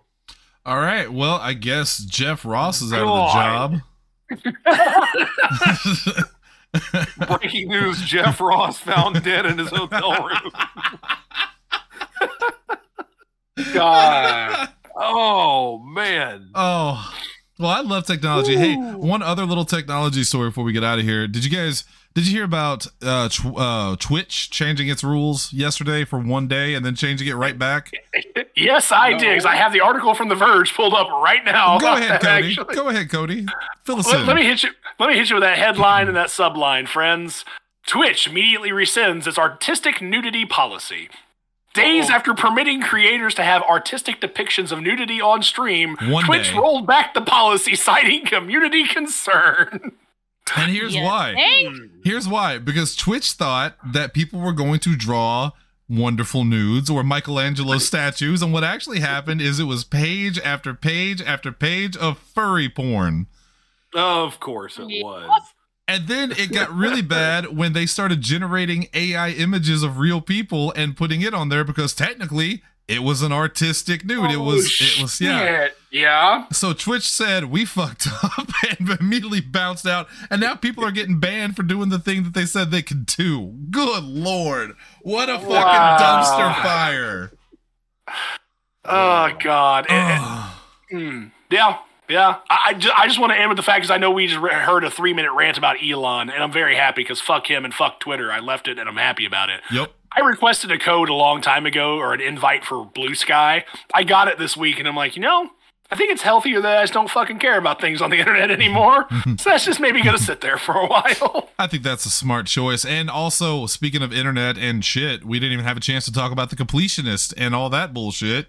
Speaker 3: All right. Well, I guess Jeff Ross is out
Speaker 5: God.
Speaker 3: of
Speaker 5: *laughs*
Speaker 3: the job. *laughs*
Speaker 5: Breaking news Jeff Ross found dead in his hotel room.
Speaker 6: God.
Speaker 5: *laughs* Oh, man.
Speaker 3: Oh, well, I love technology. Hey, one other little technology story before we get out of here. Did you guys did you hear about uh, tw- uh Twitch changing its rules yesterday for one day and then changing it right back?
Speaker 2: Yes, I did. 'cause I have the article from The Verge pulled up right now.
Speaker 3: Go
Speaker 2: about *laughs* that,
Speaker 3: ahead, Cody.
Speaker 2: Oh, actually.
Speaker 3: Go ahead, Cody. Fill us
Speaker 2: Let,
Speaker 3: in.
Speaker 2: let me hit you. Let me hit you with that headline and that subline, friends. Twitch immediately rescinds its artistic nudity policy. Days after permitting creators to have artistic depictions of nudity on stream,
Speaker 3: One
Speaker 2: Twitch
Speaker 3: day.
Speaker 2: rolled back the policy, *laughs* citing community concern.
Speaker 3: and here's
Speaker 1: Yeah.
Speaker 3: why.
Speaker 1: Hey,
Speaker 2: Hmm,
Speaker 3: Here's why because Twitch thought that people were going to draw wonderful nudes or Michelangelo statues. And what actually happened is it was page after page after page of furry porn.
Speaker 5: Of course it
Speaker 1: Yeah.
Speaker 5: was.
Speaker 3: And then it got really bad when they started generating AI images of real people and putting it on there because technically it was an artistic nude.
Speaker 2: Oh,
Speaker 3: It was, it was, yeah.
Speaker 6: Yeah.
Speaker 3: So Twitch said we fucked *laughs* up and immediately bounced out, and now people are getting banned for doing the thing that they said they could do. Good lord, what a fucking
Speaker 2: Wow.
Speaker 3: dumpster fire!
Speaker 2: Oh God.
Speaker 3: Ah.
Speaker 2: And- and-
Speaker 3: Ugh.
Speaker 2: mm, yeah. Yeah, I, I ju- I just want to end with the fact because I know we just re- heard a three minute rant about Elon, and I'm very happy because fuck him and fuck Twitter. I left it and I'm happy about it.
Speaker 3: yep.
Speaker 2: I requested a code a long time ago or an invite for Blue Sky. I got it this week and I'm like, you know, I think it's healthier that I just don't fucking care about things on the *laughs* internet
Speaker 3: *laughs*
Speaker 2: anymore. so that's just maybe gonna sit there for a while. *laughs*
Speaker 3: I think that's a smart choice. And also, speaking of internet and shit, we didn't even have a chance to talk about the completionist and all that bullshit.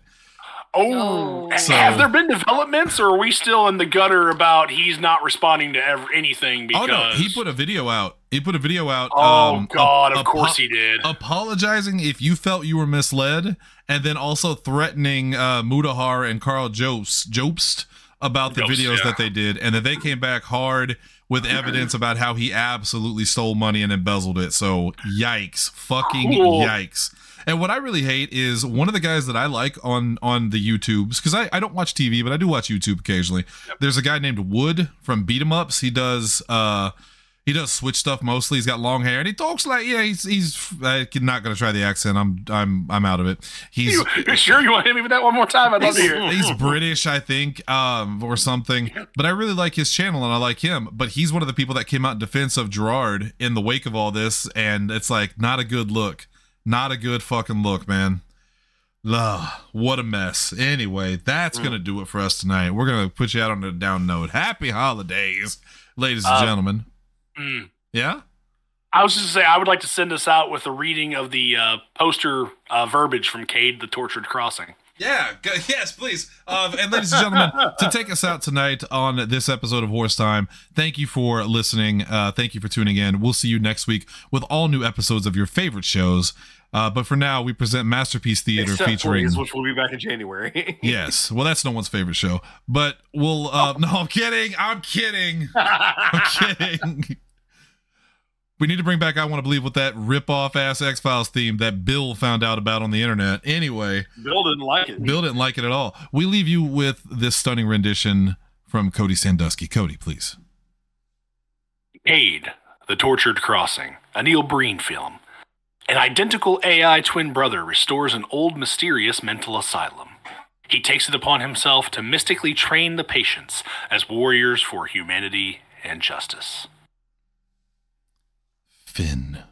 Speaker 2: Oh,
Speaker 1: No.
Speaker 2: ha-
Speaker 3: So-
Speaker 2: have there been developments, or are we still in the gutter about he's not responding to ever, anything
Speaker 3: Oh
Speaker 2: because?
Speaker 3: no, he put a video out. He put a video out.
Speaker 2: Oh,
Speaker 3: um,
Speaker 2: God,
Speaker 3: ap-
Speaker 2: of course
Speaker 3: apo-
Speaker 2: he did.
Speaker 3: Apologizing if you felt you were misled, and then also threatening uh, Mudahar and Carl Jobst, Jobst about the
Speaker 2: Jobst,
Speaker 3: videos
Speaker 2: yeah.
Speaker 3: that they did, and that they came back hard with evidence about how he absolutely stole money and embezzled it. So yikes, fucking
Speaker 2: Cool.
Speaker 3: yikes. And what I really hate is one of the guys that I like on on the YouTubes because I, I don't watch TV but I do watch YouTube occasionally. There's a guy named Wood from Beat 'Em Ups. He does uh he does switch stuff mostly. He's got long hair and he talks like yeah he's he's I'm not gonna try the accent. I'm I'm I'm out of it. He's
Speaker 2: You, you sure you want to hit me with that one more time? I'd love to hear. it.
Speaker 3: he's
Speaker 5: *laughs*
Speaker 3: British, I think, um, or something. But I really like his channel and I like him. But he's one of the people that came out in defense of Gerard in the wake of all this, and it's like not a good look, not a good fucking look, man. Ugh, what a mess. Anyway,
Speaker 2: Mm.
Speaker 3: that's gonna do it for us tonight. We're gonna put you out on a down note. Happy holidays, ladies and
Speaker 2: Uh,
Speaker 3: gentlemen.
Speaker 2: Mm.
Speaker 3: Yeah,
Speaker 2: I was just to say I would like to send us out with a reading of the uh, poster uh, verbiage from Cade: The Tortured Crossing.
Speaker 3: Yeah, go, yes, please. Um, and ladies and gentlemen, to take us out tonight on this episode of Horse Time, thank you for listening. Uh, thank you for tuning in. We'll see you next week with all new episodes of your favorite shows. Uh, but for now, we present Masterpiece Theater
Speaker 5: Except for
Speaker 3: featuring.
Speaker 5: Ace, which will be back in January.
Speaker 3: Yes, well, that's no one's favorite show. But we'll. Uh, *laughs* no, I'm kidding. I'm kidding.
Speaker 5: *laughs*
Speaker 3: I'm kidding. We need to bring back I Want to Believe with that rip off ass X Files theme that Bill found out about on the internet. Anyway.
Speaker 5: Bill didn't like it.
Speaker 3: Bill didn't like it at all. We leave you with this stunning rendition from Cody Sandusky. Cody, please.
Speaker 2: Cade: The Tortured Crossing, a Neil Breen film. An identical AI twin brother restores an old mysterious mental asylum. He takes it upon himself to mystically train the patients as warriors for humanity and justice.
Speaker 3: Finn.